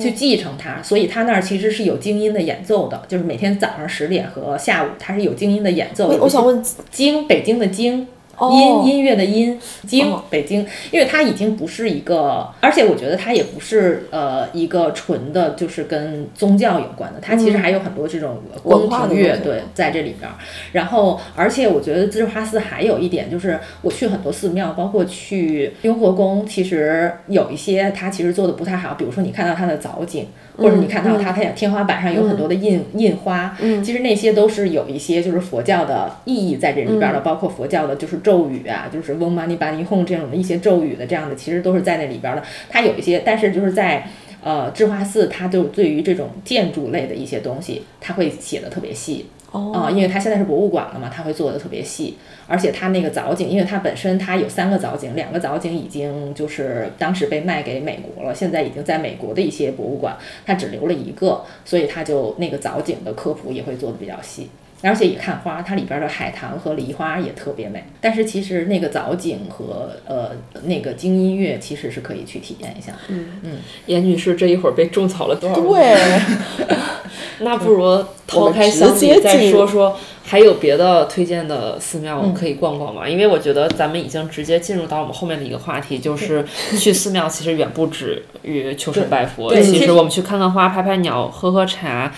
[SPEAKER 2] 去继承它，所以它那儿其实是有精音的演奏的，就是每天早上十点和下午，它是有精音的演奏。
[SPEAKER 3] 我哦我想问，
[SPEAKER 2] 京，北京的京。
[SPEAKER 3] 哦
[SPEAKER 2] 音音乐的音，京
[SPEAKER 3] 哦
[SPEAKER 2] 北京，因为它已经不是一个，而且我觉得它也不是呃一个纯的，就是跟宗教有关的，它其实
[SPEAKER 3] 嗯
[SPEAKER 2] 还有很多这种宫
[SPEAKER 3] 文化的
[SPEAKER 2] 廷乐
[SPEAKER 3] 东西
[SPEAKER 2] 对在这里边儿。然后，而且我觉得智化寺还有一点就是，我去很多寺庙，包括去雍和宫，其实有一些它其实做的不太好，比如说你看到它的藻井，或者你看到它它也天花板上有很多的印、印花，其实那些都是有一些就是佛教的意义在这里边儿的，包括佛教的就是咒语啊，就是嗡嘛呢叭呢吽这种的一些咒语的这样的，其实都是在那里边儿的。它有一些，但是就是在。呃，智化寺它就对于这种建筑类的一些东西，它会写的特别细，
[SPEAKER 3] 哦
[SPEAKER 2] 啊、因为它现在是博物馆了嘛，它会做的特别细，而且它那个藻井，因为它本身它有三个藻井，两个藻井已经就是当时被卖给美国了，现在已经在美国的一些博物馆，它只留了一个，所以它就那个藻井的科普也会做的比较细。而且也看花，它里边的海棠和梨花也特别美。但是其实那个藻井和呃那个精音乐其实是可以去体验一下的。
[SPEAKER 1] 严女士这一会儿被种草了多少？，
[SPEAKER 3] 对，
[SPEAKER 1] 那不如掏开箱
[SPEAKER 3] 我们
[SPEAKER 1] 底
[SPEAKER 3] 直接进
[SPEAKER 1] 再说说，还有别的推荐的寺庙
[SPEAKER 2] 嗯
[SPEAKER 1] 可以逛逛吗？因为我觉得咱们已经直接进入到我们后面的一个话题，就是去寺庙其实远不止于求神拜佛，
[SPEAKER 2] 对对
[SPEAKER 1] 其
[SPEAKER 2] 其
[SPEAKER 1] 实
[SPEAKER 2] 实
[SPEAKER 1] 我们去看看花、拍拍鸟、喝喝茶。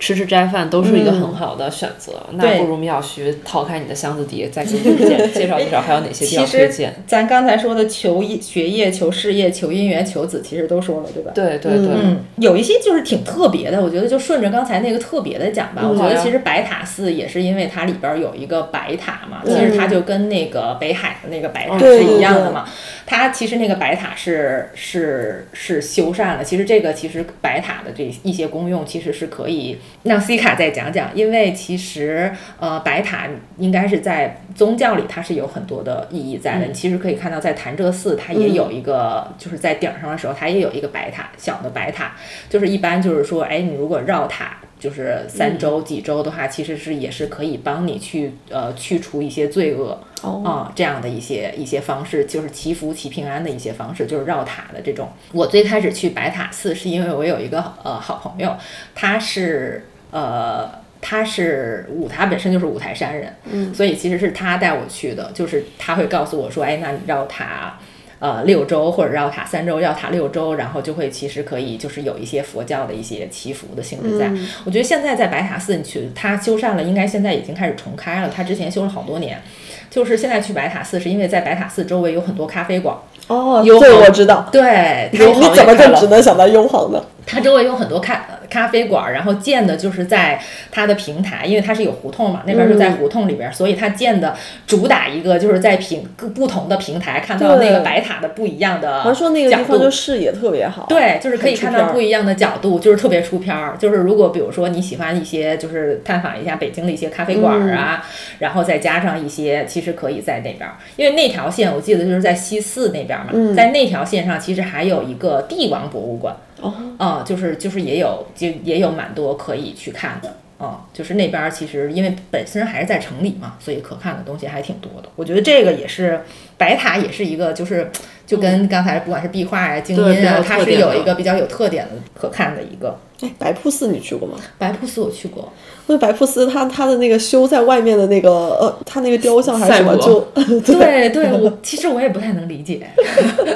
[SPEAKER 1] 吃吃斋饭都是一个很好的选择，那
[SPEAKER 2] 嗯对
[SPEAKER 1] 不如妙徐掏开你的箱子底，再给 我们介介绍介绍还有哪些地方
[SPEAKER 2] 其实
[SPEAKER 1] 推荐？
[SPEAKER 2] 咱刚才说的求一学业、求事业、求姻缘、求子，其实都说了，对吧？
[SPEAKER 1] 对对对，
[SPEAKER 2] 嗯，有一些就是挺特别的，我觉得就顺着刚才那个特别的讲吧。我觉得其实白塔寺也是因为它里边儿有一个白塔嘛，其实它就跟那个北海的那个白塔
[SPEAKER 3] 对
[SPEAKER 2] 嗯是一样的嘛。它其实那个白塔是是是修缮了，其实这个其实白塔的这一些功用其实是可以让 C 卡再讲讲，因为其实呃白塔应该是在宗教里它是有很多的意义
[SPEAKER 3] 嗯
[SPEAKER 2] 在的。你其实可以看到，在潭柘寺它也有一个，就是在顶上的时候它也有一个白塔，小的白塔，就是一般就是说，哎，你如果绕塔。就是三周几周的话，其实是也是可以帮你去呃去除一些罪恶，啊、这样的一些一些方式，就是祈福祈平安的一些方式，就是绕塔的这种。我最开始去白塔寺是因为我有一个呃好朋友，他是呃他是五他本身就是五台山人，嗯，所以其实是他带我去的，就是他会告诉我说，哎，那你绕塔。呃，六周或者绕塔三周，绕塔六周，然后就会其实可以就是有一些佛教的一些祈福的性质在。
[SPEAKER 3] 嗯
[SPEAKER 2] 我觉得现在在白塔寺，你去它修缮了，应该现在已经开始重开了，它之前修了好多年。就是现在去白塔寺，是因为在白塔寺周围有很多咖啡馆，
[SPEAKER 3] 哦，
[SPEAKER 2] 有
[SPEAKER 3] 对，
[SPEAKER 2] 好
[SPEAKER 3] 我知道。
[SPEAKER 2] 对，
[SPEAKER 3] 你
[SPEAKER 2] 它有好
[SPEAKER 3] 你
[SPEAKER 2] 多
[SPEAKER 3] 怎么
[SPEAKER 2] 开
[SPEAKER 3] 就
[SPEAKER 2] 了
[SPEAKER 3] 只能想到优航呢？
[SPEAKER 2] 它周围有很多咖呃咖啡馆，然后建的就是在它的平台，因为它是有胡同嘛，那边是在
[SPEAKER 3] 嗯
[SPEAKER 2] 胡同里边，所以它建的主打一个就是在平各不同的平台看到那个
[SPEAKER 3] 对
[SPEAKER 2] 白塔的不一样的
[SPEAKER 3] 好像说那个地
[SPEAKER 2] 角
[SPEAKER 3] 方
[SPEAKER 2] 度
[SPEAKER 3] 就视野特别好，
[SPEAKER 2] 对，就是可以
[SPEAKER 3] 很出
[SPEAKER 2] 看
[SPEAKER 3] 片
[SPEAKER 2] 到
[SPEAKER 3] 儿
[SPEAKER 2] 不一样的角度，就是特别出片儿。就是如果比如说你喜欢一些，就是探访一下北京的一些咖啡馆儿啊，
[SPEAKER 3] 嗯
[SPEAKER 2] 然后再加上一些，其实可以在那边儿，因为那条线我记得就是在西四那边儿嘛，
[SPEAKER 3] 嗯
[SPEAKER 2] 在那条线上其实还有一个帝王博物馆，
[SPEAKER 3] 哦
[SPEAKER 2] 啊、就是就是也有就也有蛮多可以去看的。嗯，就是那边儿其实因为本身还是在城里嘛，所以可看的东西还挺多的。我觉得这个也是白塔，也是一个就是就跟刚才不管是壁画呀、静
[SPEAKER 1] 嗯对比
[SPEAKER 2] 音
[SPEAKER 1] 较
[SPEAKER 2] 啊
[SPEAKER 1] 有，
[SPEAKER 2] 它
[SPEAKER 1] 特
[SPEAKER 2] 是
[SPEAKER 1] 点
[SPEAKER 2] 有
[SPEAKER 1] 的
[SPEAKER 2] 一个比较有特点的可看的一个。
[SPEAKER 3] 哎，白瀑寺你去过吗？
[SPEAKER 2] 白瀑寺我 去过，
[SPEAKER 3] 那白瀑寺它它的那个修在外面的那个呃，它那个雕像还是什么
[SPEAKER 1] 赛博
[SPEAKER 3] 就
[SPEAKER 2] 对对，我其实我也不太能理 解，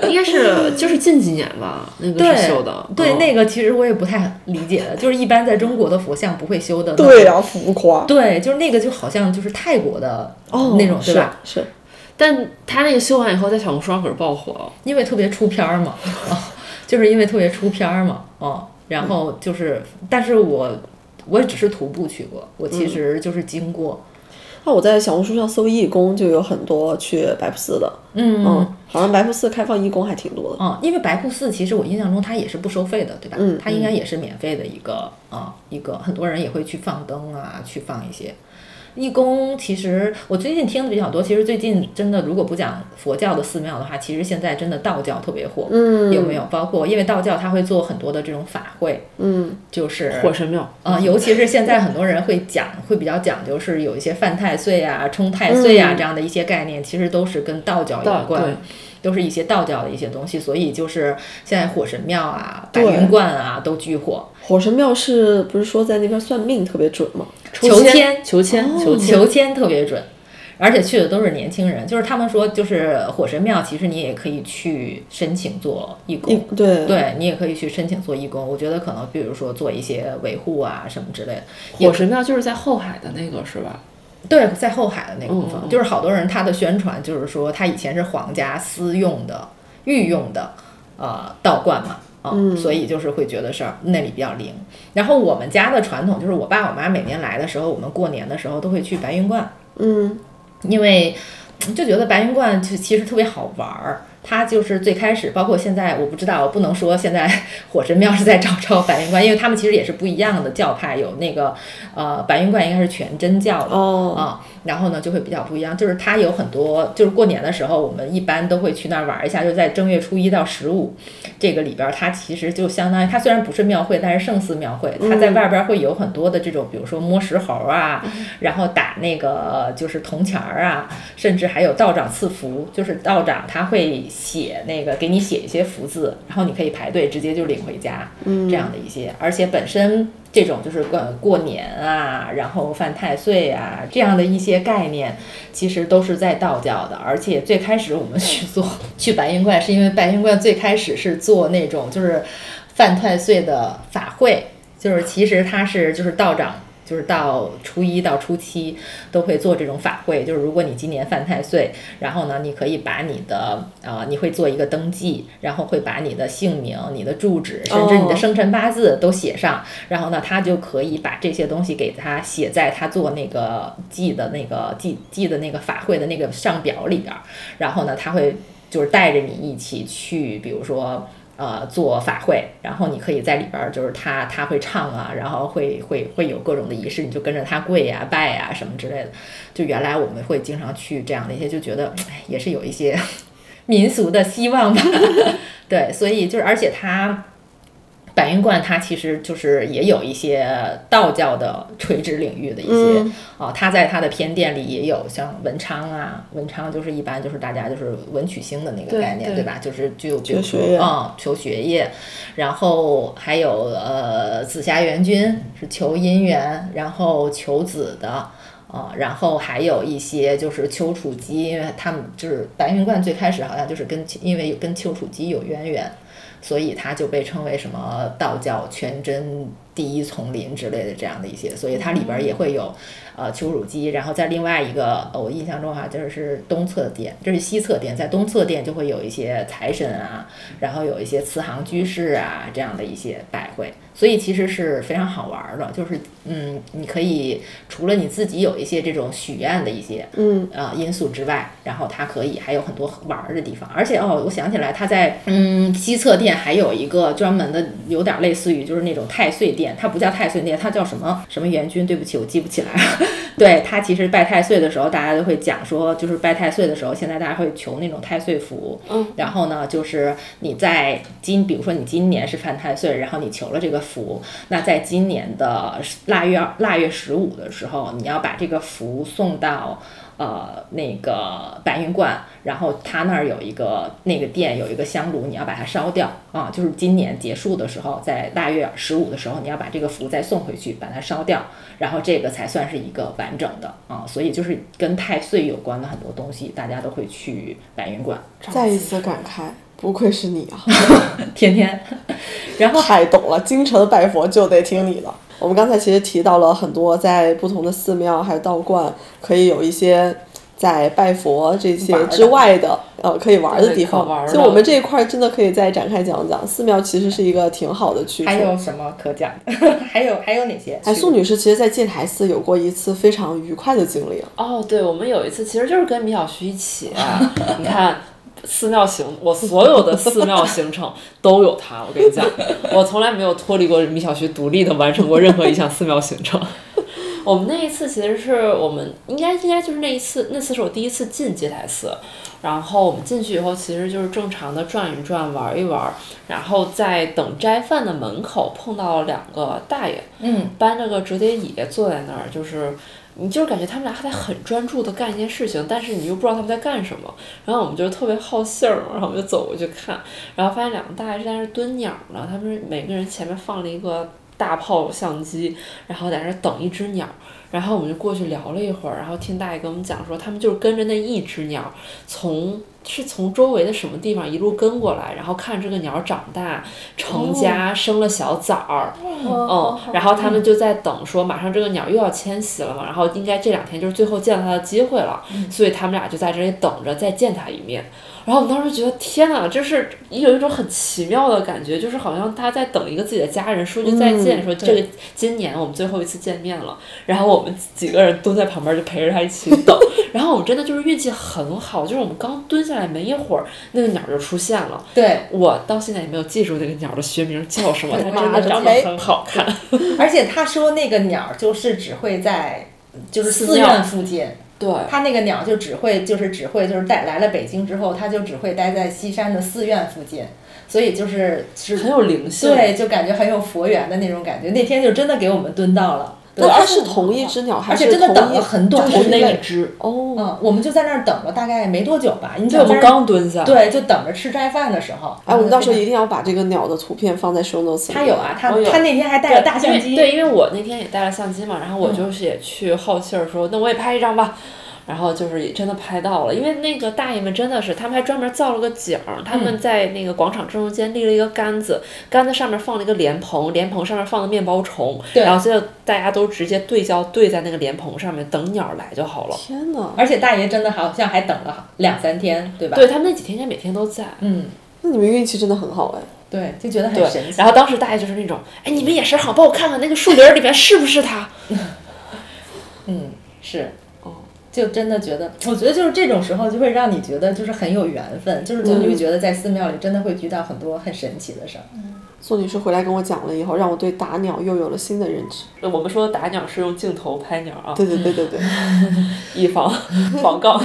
[SPEAKER 1] 应该是就是近几年吧，那个是修的，
[SPEAKER 2] 对
[SPEAKER 1] 嗯
[SPEAKER 2] 那个其实我也不太理解的，就是一般在中国的佛像不会修的那种。
[SPEAKER 3] 对
[SPEAKER 1] 啊
[SPEAKER 3] 呀、浮夸
[SPEAKER 2] 对，就是那个就好像就是泰国的
[SPEAKER 1] 哦
[SPEAKER 3] 哦
[SPEAKER 2] 那种，对
[SPEAKER 3] 是
[SPEAKER 2] 吧？
[SPEAKER 3] 是，
[SPEAKER 1] 但他那个修完以后，在小红书上可是爆火。
[SPEAKER 2] 因为特别出片儿嘛，啊，就是因为特别出片儿嘛，啊，然后就是，但是我我也只是徒步去过，我其实就是经过，
[SPEAKER 3] 那我在小红书上搜义工，就有很多去白瀑寺的，
[SPEAKER 2] 嗯
[SPEAKER 3] 嗯，好像白瀑寺开放义工还挺多的。
[SPEAKER 2] 啊、因为白瀑寺其实我印象中它也是不收费的，对吧？嗯，它应该也是免费的一个啊、一个很多人也会去放灯啊，去放一些。义工其实我最近听的比较多，其实最近真的如果不讲佛教的寺庙的话，其实现在真的道教特别火，嗯，有没有？包括因为道教它会做很多的这种法会，嗯，就是
[SPEAKER 1] 火神庙，
[SPEAKER 2] 啊、尤其是现在很多人会讲，会比较讲究是有一些犯太岁啊、冲太岁啊、这样的一些概念，其实都是跟道教
[SPEAKER 1] 道
[SPEAKER 2] 有关
[SPEAKER 1] 对，
[SPEAKER 2] 都是一些道教的一些东西，所以就是现在火神庙啊、白云观啊都巨火，
[SPEAKER 3] 火神庙是不是说在那边算命特别准吗？
[SPEAKER 2] 求签、
[SPEAKER 1] 求签，哦求签，
[SPEAKER 2] 求签特别准。而且去的都是年轻人，就是他们说，就是火神庙，其实你也可以去申请做义工，
[SPEAKER 3] 一哦对
[SPEAKER 2] 对你也可以去申请做义工。我觉得可能比如说做一些维护啊什么之类的，
[SPEAKER 1] 火神庙就是在后海的那个是吧？
[SPEAKER 2] 对，在后海的那个地
[SPEAKER 1] 嗯嗯
[SPEAKER 2] 方，
[SPEAKER 1] 嗯
[SPEAKER 2] 就是好多人他的宣传就是说，他以前是皇家私用的、御用的呃道观嘛，啊、
[SPEAKER 1] 嗯
[SPEAKER 2] 所以就是会觉得是那里比较灵。然后我们家的传统就是，我爸我妈每年来的时候，我们过年的时候都会去白云观，
[SPEAKER 3] 嗯，
[SPEAKER 2] 因为嗯就觉得白云观其其实特别好玩儿。它就是最开始，包括现在，我不知道，我不能说现在火神庙是在 照抄白云观，因为他们其实也是不一样的教派，有那个呃白云观应该是全真教了，
[SPEAKER 3] 哦，
[SPEAKER 2] 啊、然后呢就会比较不一样，就是它有很多，就是过年的时候我们一般都会去那儿玩一下，就在正月初一到十五这个里边儿，它其实就相当于它虽然不是庙会，但是胜似庙会，它在外边儿会有很多的这种，比如说摸石猴啊，然后打那个就是铜钱儿啊，甚至还有道长赐福，就是道长他会写那个给你写一些福字，然后你可以排队直接就领回家，这样的一些，而且本身这种就是过过年啊，然后犯太岁啊这样的一些概念，其实都是在道教的。而且最开始我们去做 去白云观，是因为白云观最开始是做那种就是犯太岁的法会，就是其实它是就是道长。就是到初一到初七都会做这种法会，就是如果你今年犯太岁，然后呢，你可以把你的呃，你会做一个登记，然后会把你的姓名、你的住址，甚至你的
[SPEAKER 3] 哦
[SPEAKER 2] 生辰八字都写上，然后呢，他就可以把这些东西给他写在他做那个记的那个记记的那个法会的那个上表里边儿，然后呢，他会就是带着你一起去，比如说。呃，做法会，然后你可以在里边儿，就是他他会唱啊，然后会会会有各种的仪式，你就跟着他跪呀、拜呀、什么之类的。就原来我们会经常去这样的一些，就觉得哎也是有一些 民俗的希望吧。 对，所以就是，而且它白云观它其实就是也有一些道教的垂直领域的一些、哦，它在它的偏殿里也有像文昌啊，文昌就是一般就是大家就是文曲星的那个
[SPEAKER 1] 对
[SPEAKER 2] 概念，
[SPEAKER 1] 对
[SPEAKER 2] 对吧？就是就比
[SPEAKER 3] 求
[SPEAKER 2] 如
[SPEAKER 3] 学
[SPEAKER 2] 说
[SPEAKER 3] 业
[SPEAKER 2] 嗯，求学业，然后还有呃紫霞元君是求姻缘，然后求子的。啊、然后还有一些就是丘处机，因为他们就是白云观最开始好像就是跟因为有跟丘处机有渊源，所以它就被称为什么道教全真第一丛林之类的这样的一些，所以它里边儿也会有呃丘处机，然后在另外一个、呃我印象中哈、就是东侧殿，这是西侧殿，在东侧殿就会有一些财神啊，然后有一些慈航居士啊这样的一些拜会，所以其实是非常好玩儿的，就是嗯，你可以除了你自己有一些这种许愿的一些
[SPEAKER 3] 嗯
[SPEAKER 2] 呃因素之外，然后它可以还有很多玩儿的地方，而且哦，我想起来，它在嗯西侧殿还有一个专门的，有点类似于就是那种太岁殿，它不叫太岁殿，它叫什么什么元君？对不起，我记不起来了。 对，它其实拜太岁的时候，大家都会讲说，就是拜太岁的时候，现在大家会求那种太岁符，
[SPEAKER 1] 嗯，
[SPEAKER 2] 然后呢，就是你在今，比如说你今年是犯太岁，然后你求了这个符，那在今年的腊月二腊月十五的时候，你要把这个符送到呃那个白云观，然后他那儿有一个那个店有一个香炉，你要把它烧掉啊，就是今年结束的时候，在腊月十五的时候，你要把这个符再送回去，把它烧掉，然后这个才算是一个完整的啊，所以就是跟太岁有关的很多东西，大家都会去白云观，
[SPEAKER 3] 再一次感慨，不愧是你啊！
[SPEAKER 2] 天天，然后
[SPEAKER 3] 太懂了，京城拜佛就得听你的。我们刚才其实提到了很多在不同的寺庙还有道观，可以有一些在拜佛这些
[SPEAKER 2] 玩儿的
[SPEAKER 3] 之外的，呃，可以玩儿的地方
[SPEAKER 1] 对可玩儿。的
[SPEAKER 3] 所以我们这一块儿真的可以再展开讲讲，寺庙其实是一个挺好的去处。
[SPEAKER 2] 还有什么可讲的？还有还有哪些？
[SPEAKER 3] 哎，宋女士其实，在戒台寺有过一次非常愉快的经历啊。
[SPEAKER 1] 哦，对，我们有一次其实就是跟米小徐一起啊，你看。寺庙行，我所有的寺庙行程都有他。我跟你讲，我从来没有脱离过米小徐独立的完成过任何一项寺庙行程。 我们那一次其实是我们应该应该就是那一次，那次是我第一次进戒台寺，然后我们进去以后其实就是正常的转一转、玩一玩，然后在等斋饭的门口碰到两个大爷，
[SPEAKER 2] 嗯，
[SPEAKER 1] 搬着个折叠椅坐在那儿，就是你就是感觉他们俩还在很专注的干一件事情，但是你又不知道他们在干什么。然后我们就特别好信儿嘛，然后我们就走过去看，然后发现两个大爷是在那儿蹲鸟呢，他们每个人前面放了一个大炮相机，然后在那儿等一只鸟。然后我们就过去聊了一会儿，然后听大爷跟我们讲说，他们就是跟着那一只鸟，从是从周围的什么地方一路跟过来，然后看这个鸟长大、成家、生了小崽儿，嗯，然后他们就在等说，马上这个鸟又要迁徙了嘛，然后应该这两天就是最后见到它的机会了，所以他们俩就在这里等着再见它一面。然后我们当时觉得天哪，这是有一种很奇妙的感觉，就是好像他在等一个自己的家人说句再见，
[SPEAKER 3] 嗯
[SPEAKER 1] 说这个今年我们最后一次见面了。然后我们几个人蹲在旁边就陪着他一起等，然后我们真的就是运气很好，就是我们刚蹲下来没一会儿，那个鸟就出现了。
[SPEAKER 2] 对，
[SPEAKER 1] 我到现在也没有记住那个鸟的学名叫什么，它真的
[SPEAKER 2] 妈
[SPEAKER 1] 哎
[SPEAKER 2] 的
[SPEAKER 1] 长得
[SPEAKER 2] 没
[SPEAKER 1] 很好看。
[SPEAKER 2] 而且他说那个鸟儿就是只会在就是
[SPEAKER 1] 寺
[SPEAKER 2] 寺
[SPEAKER 1] 庙
[SPEAKER 2] 院附近，
[SPEAKER 1] 对，
[SPEAKER 2] 他那个鸟就只会就是只会就是带来了北京之后，他就只会待在西山的寺院附近，所以就是是
[SPEAKER 1] 很有灵性。
[SPEAKER 2] 对，就感觉很有佛缘的那种感觉。那天就真的给我们蹲到了，对
[SPEAKER 3] 那它
[SPEAKER 2] 而且
[SPEAKER 3] 是同一只鸟还
[SPEAKER 2] 而
[SPEAKER 3] 是
[SPEAKER 2] 且真的
[SPEAKER 3] 同
[SPEAKER 2] 等
[SPEAKER 3] 一
[SPEAKER 2] 了很短
[SPEAKER 1] 就
[SPEAKER 3] 同
[SPEAKER 1] 是
[SPEAKER 3] 一
[SPEAKER 1] 那一
[SPEAKER 3] 类？
[SPEAKER 1] 只，
[SPEAKER 3] 哦，
[SPEAKER 2] 嗯，我们就在那儿等了大概没多久吧，你知
[SPEAKER 1] 对，
[SPEAKER 2] 道
[SPEAKER 1] 我们刚蹲下，
[SPEAKER 2] 对，就等着吃斋饭的时候。
[SPEAKER 3] 哎，我们到时候
[SPEAKER 2] 嗯
[SPEAKER 3] 一定要把这个鸟的图片放在 show notes 里。
[SPEAKER 2] 他有啊，他
[SPEAKER 1] 我有
[SPEAKER 2] 他那天还带了大相机，
[SPEAKER 1] 对，因为对，因为我那天也带了相机嘛，然后我就是也去好气儿说，那我也拍一张吧。然后就是也真的拍到了，因为那个大爷们真的是，他们还专门造了个景儿，他们在那个广场正中间立了一个杆子，杆子上面放了一个莲蓬，莲蓬上面放了面包虫，
[SPEAKER 2] 对
[SPEAKER 1] 然后最后大家都直接对焦对在那个莲蓬上面等鸟儿来就好了。
[SPEAKER 3] 天哪，
[SPEAKER 2] 而且大爷真的好像还等了两三天，对吧？
[SPEAKER 1] 对，他们那几天应该每天都在，
[SPEAKER 2] 嗯，
[SPEAKER 3] 那你们运气真的很好哎。
[SPEAKER 2] 对，就觉得很
[SPEAKER 1] 对
[SPEAKER 2] 神，奇
[SPEAKER 1] 然。后当时大爷就是那种，哎，你们眼神好，帮我看看那个树林儿里面是不是他？
[SPEAKER 2] 嗯，是。
[SPEAKER 1] 哦
[SPEAKER 2] 就真的觉得，我觉得就是这种时候就会让你觉得就是很有缘分，就是你会觉得在寺庙里真的会遇到很多很神奇的事儿。
[SPEAKER 3] 宋女士回来跟我讲了以后，让我对打鸟又有了新的认知。
[SPEAKER 1] 我们说打鸟是用镜头拍鸟 啊，
[SPEAKER 3] 对对对对对，
[SPEAKER 1] 以 防防杠。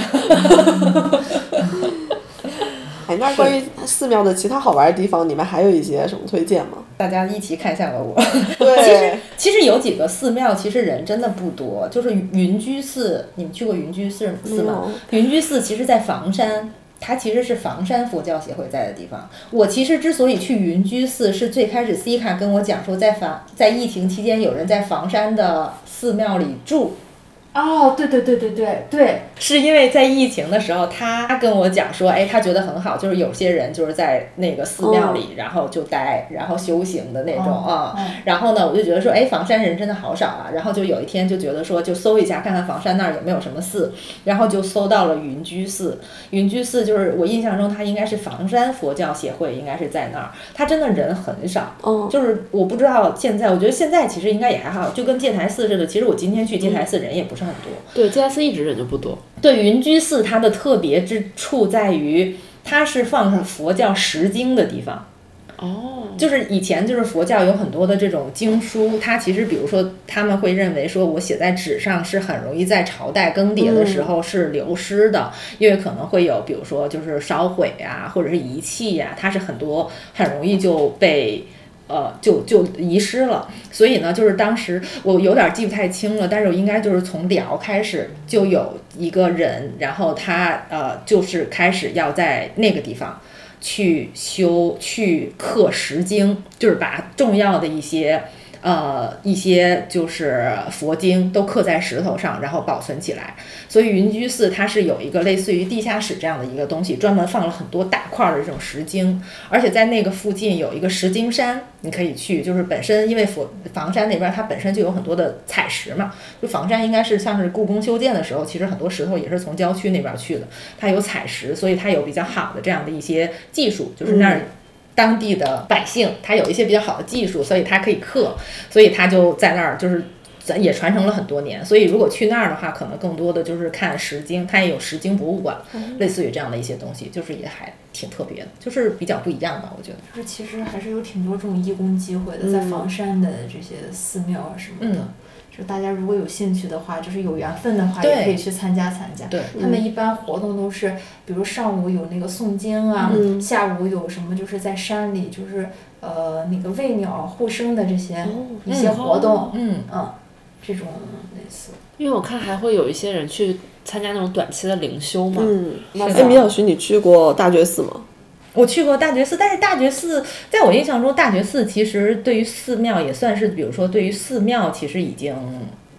[SPEAKER 3] 哎，那关于寺庙的其他好玩的地方，你们还有一些什么推荐吗？
[SPEAKER 2] 大家一起看向了我。其实
[SPEAKER 3] 对，
[SPEAKER 2] 其实有几个寺庙，其实人真的不多，就是云居寺，你们去过云居寺寺吗？云居寺其实，在房山。它其实是房山佛教协会在的地方。我其实之所以去云居寺，是最开始 C 卡跟我讲说，在房在疫情期间，有人在房山的寺庙里住，
[SPEAKER 5] 哦，对对对对对对，
[SPEAKER 2] 是因为在疫情的时候，他他跟我讲说，哎，他觉得很好，就是有些人就是在那个寺庙里，然后就待，然后修行的那种啊。
[SPEAKER 5] 嗯
[SPEAKER 2] 然后呢，我就觉得说，哎，房山人真的好少啊。然后就有一天就觉得说，就搜一下看看房山那儿有没有什么寺，然后就搜到了云居寺。云居寺就是我印象中，它应该是房山佛教协会，应该是在那儿。它真的人很少，
[SPEAKER 3] 嗯，
[SPEAKER 2] 就是我不知道现在，我觉得现在其实应该也还好，就跟戒台寺似的。其实我今天去戒台寺人也不是很多。
[SPEAKER 1] 对，G S 一直人就不多，
[SPEAKER 2] 对云居寺它的特别之处在于，它是放上佛教十经的地方。
[SPEAKER 1] 哦，
[SPEAKER 2] 就是以前就是佛教有很多的这种经书，它其实比如说他们会认为说我写在纸上是很容易在朝代更迭的时候是流失的，因为可能会有比如说就是烧毁啊，或者是遗弃呀、它是很多很容易就被。呃，就就遗失了，所以呢，就是当时我有点记不太清了，但是我应该就是从辽开始就有一个人，然后他呃就是开始要在那个地方去修去刻石经，就是把重要的一些呃一些就是佛经都刻在石头上，然后保存起来。所以云居寺它是有一个类似于地下室这样的一个东西，专门放了很多大块儿的这种石经，而且在那个附近有一个石经山，你可以去。就是本身因为佛房山那边它本身就有很多的采石嘛，就房山应该是像是故宫修建的时候，其实很多石头也是从郊区那边去的，它有采石，所以它有比较好的这样的一些技术，就是那儿。当地的百姓，他有一些比较好的技术，所以他可以刻，所以他就在那儿就是咱也传承了很多年，所以如果去那儿的话，可能更多的就是看石经，它也有石经博物馆，类似于这样的一些东西，就是也还挺特别的，就是比较不一样吧，我觉得。
[SPEAKER 5] 就是其实还是有挺多这种义工机会的，在
[SPEAKER 3] 嗯
[SPEAKER 5] 房山的这些寺庙啊什么的。
[SPEAKER 2] 嗯
[SPEAKER 5] 就大家如果有兴趣的话，就是有缘分的话，
[SPEAKER 2] 对
[SPEAKER 5] 也可以去参加参加。
[SPEAKER 2] 对
[SPEAKER 5] 他们一般活动都是，比如上午有那个诵经啊，
[SPEAKER 3] 嗯
[SPEAKER 5] 下午有什么就是在山里就是呃那个喂鸟护生的这些、一些
[SPEAKER 2] 嗯
[SPEAKER 5] 活动，
[SPEAKER 2] 嗯，
[SPEAKER 5] 嗯，这种类似。
[SPEAKER 1] 因为我看还会有一些人去参加那种短期的灵修嘛。
[SPEAKER 3] 嗯，
[SPEAKER 1] 那
[SPEAKER 3] 哎，米老师，你去过大觉寺吗？
[SPEAKER 2] 我去过大觉寺，但是大觉寺在我印象中，大觉寺其实对于寺庙也算是，比如说对于寺庙，其实已经哦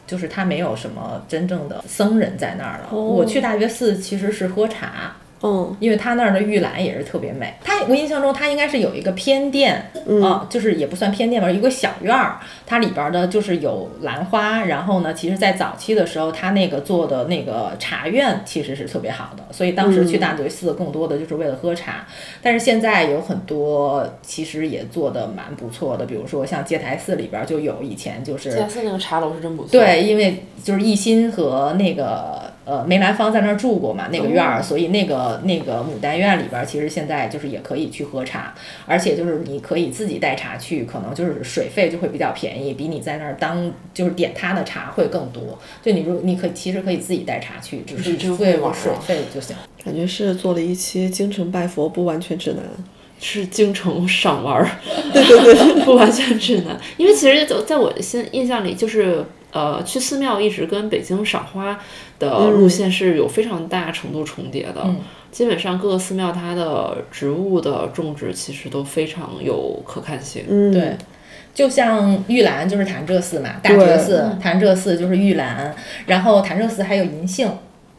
[SPEAKER 2] 就是它没有什么真正的僧人在那儿了。我去大觉寺其实是喝茶，
[SPEAKER 3] 嗯
[SPEAKER 2] 因为他那儿的玉兰也是特别美。他我印象中，他应该是有一个偏殿，
[SPEAKER 3] 嗯
[SPEAKER 2] 啊，就是也不算偏殿吧，有个小院儿，它里边儿的就是有兰花。然后呢，其实，在早期的时候，他那个做的那个茶院其实是特别好的，所以当时去大嘴寺更多的就是为了喝茶。但是现在有很多其实也做的蛮不错的，比如说像戒台寺里边儿就有以前就是
[SPEAKER 1] 佳思那个茶楼是真不错。，
[SPEAKER 2] 对，因为就是艺昕和那个呃梅兰芳在那儿住过嘛，那个院儿，所以那个那个牡丹院里边儿，其实现在就是也可以去喝茶，而且就是你可以自己带茶去，可能就是水费就会比较便宜，比你在那儿当就是点他的茶会更多。就你如你可以其实可以自己带茶去，只
[SPEAKER 1] 只
[SPEAKER 2] 是
[SPEAKER 1] 付
[SPEAKER 2] 付
[SPEAKER 1] 我
[SPEAKER 2] 我水
[SPEAKER 1] 爽
[SPEAKER 2] 费就行。
[SPEAKER 3] 感觉是做了一期京城拜佛不完全指南。
[SPEAKER 1] 是京城赏玩儿， 对对对， 不完全指南。因为其实就在我的心印象里，就是呃，去寺庙一直跟北京赏花的路线是有非常大程度重叠的。
[SPEAKER 2] 嗯
[SPEAKER 1] 基本上各个寺庙它的植物的种植其实都非常有可看性。
[SPEAKER 3] 嗯，
[SPEAKER 2] 对，就像玉兰就是潭柘寺嘛，大觉
[SPEAKER 3] 对
[SPEAKER 2] 寺、潭柘寺就是玉兰，然后潭柘寺还有银杏，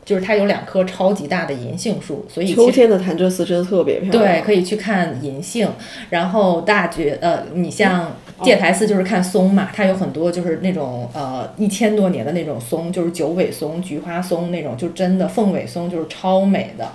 [SPEAKER 2] 就是它有两棵超级大的银杏树，所以
[SPEAKER 3] 秋
[SPEAKER 2] 其实。
[SPEAKER 3] 天的潭柘寺真的特别漂亮。
[SPEAKER 2] 对，可以去看银杏，然后大觉呃，你
[SPEAKER 3] 嗯
[SPEAKER 2] 像戒台寺就是看松嘛，它有很多就是那种呃一千多年的那种松，就是九尾松、菊花松那种，就真的凤尾松就是超美的。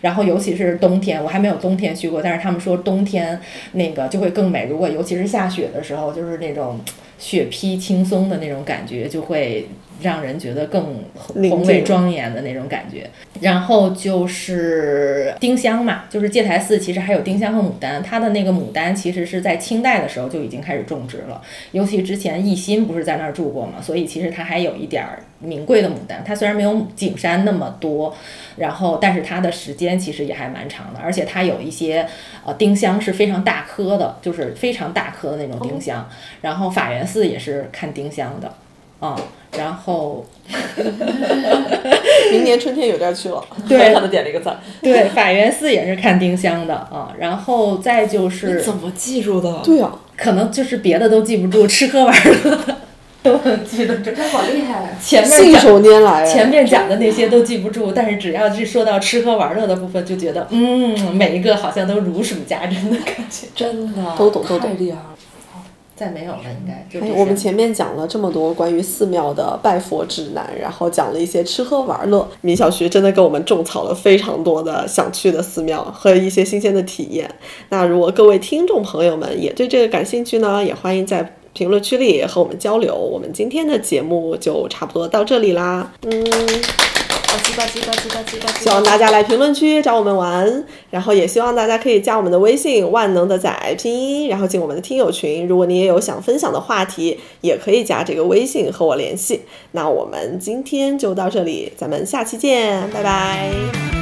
[SPEAKER 2] 然后尤其是冬天，我还没有冬天去过，但是他们说冬天那个就会更美。如果尤其是下雪的时候，就是那种雪披青松的那种感觉，就会让人觉得更
[SPEAKER 3] 宁
[SPEAKER 2] 宏伟
[SPEAKER 3] 静
[SPEAKER 2] 庄严的那种感觉。然后就是丁香嘛，就是戒台寺其实还有丁香和牡丹，它的那个牡丹其实是在清代的时候就已经开始种植了。尤其之前艺昕不是在那儿住过嘛，所以其实它还有一点儿名贵的牡丹。它虽然没有景山那么多，然后但是它的时间其实也还蛮长的，而且它有一些呃丁香是非常大颗的，就是非常大颗的那种丁香。然后法源寺也是看丁香的，啊、然后
[SPEAKER 3] 明年春天有地儿去了。
[SPEAKER 2] 对
[SPEAKER 1] 狠狠的点了一个赞。
[SPEAKER 2] 对法源寺也是看丁香的啊、然后再就是
[SPEAKER 1] 怎么记住的？
[SPEAKER 3] 对啊，
[SPEAKER 2] 可能就是别的都记不住，吃喝玩乐都能记得住，
[SPEAKER 5] 真好厉害！
[SPEAKER 2] 前面
[SPEAKER 3] 信
[SPEAKER 2] 讲
[SPEAKER 3] 手拈来。
[SPEAKER 2] 前面讲的那些都记不住，但是只要是说到吃喝玩乐的部分，就觉得嗯，每一个好像都如数家珍的感觉。
[SPEAKER 1] 真的
[SPEAKER 3] 都懂都懂
[SPEAKER 1] 太厉害了。
[SPEAKER 2] 再没有了，应该就
[SPEAKER 3] 哎，
[SPEAKER 2] 这
[SPEAKER 3] 我们
[SPEAKER 2] 些
[SPEAKER 3] 前面讲了这么多关于寺庙的拜佛指南，然后讲了一些吃喝玩乐。米小徐真的给我们种草了非常多的想去的寺庙和一些新鲜的体验。那如果各位听众朋友们也对这个感兴趣呢，也欢迎在评论区里和我们交流。我们今天的节目就差不多到这里啦，嗯，
[SPEAKER 5] 呱唧呱唧呱唧呱唧呱唧。
[SPEAKER 3] 希望大家来评论区找我们玩，然后也希望大家可以加我们的微信“万能的仔”拼音，然后进我们的听友群。如果你也有想分享的话题，也可以加这个微信和我联系。那我们今天就到这里，咱们下期见，拜拜。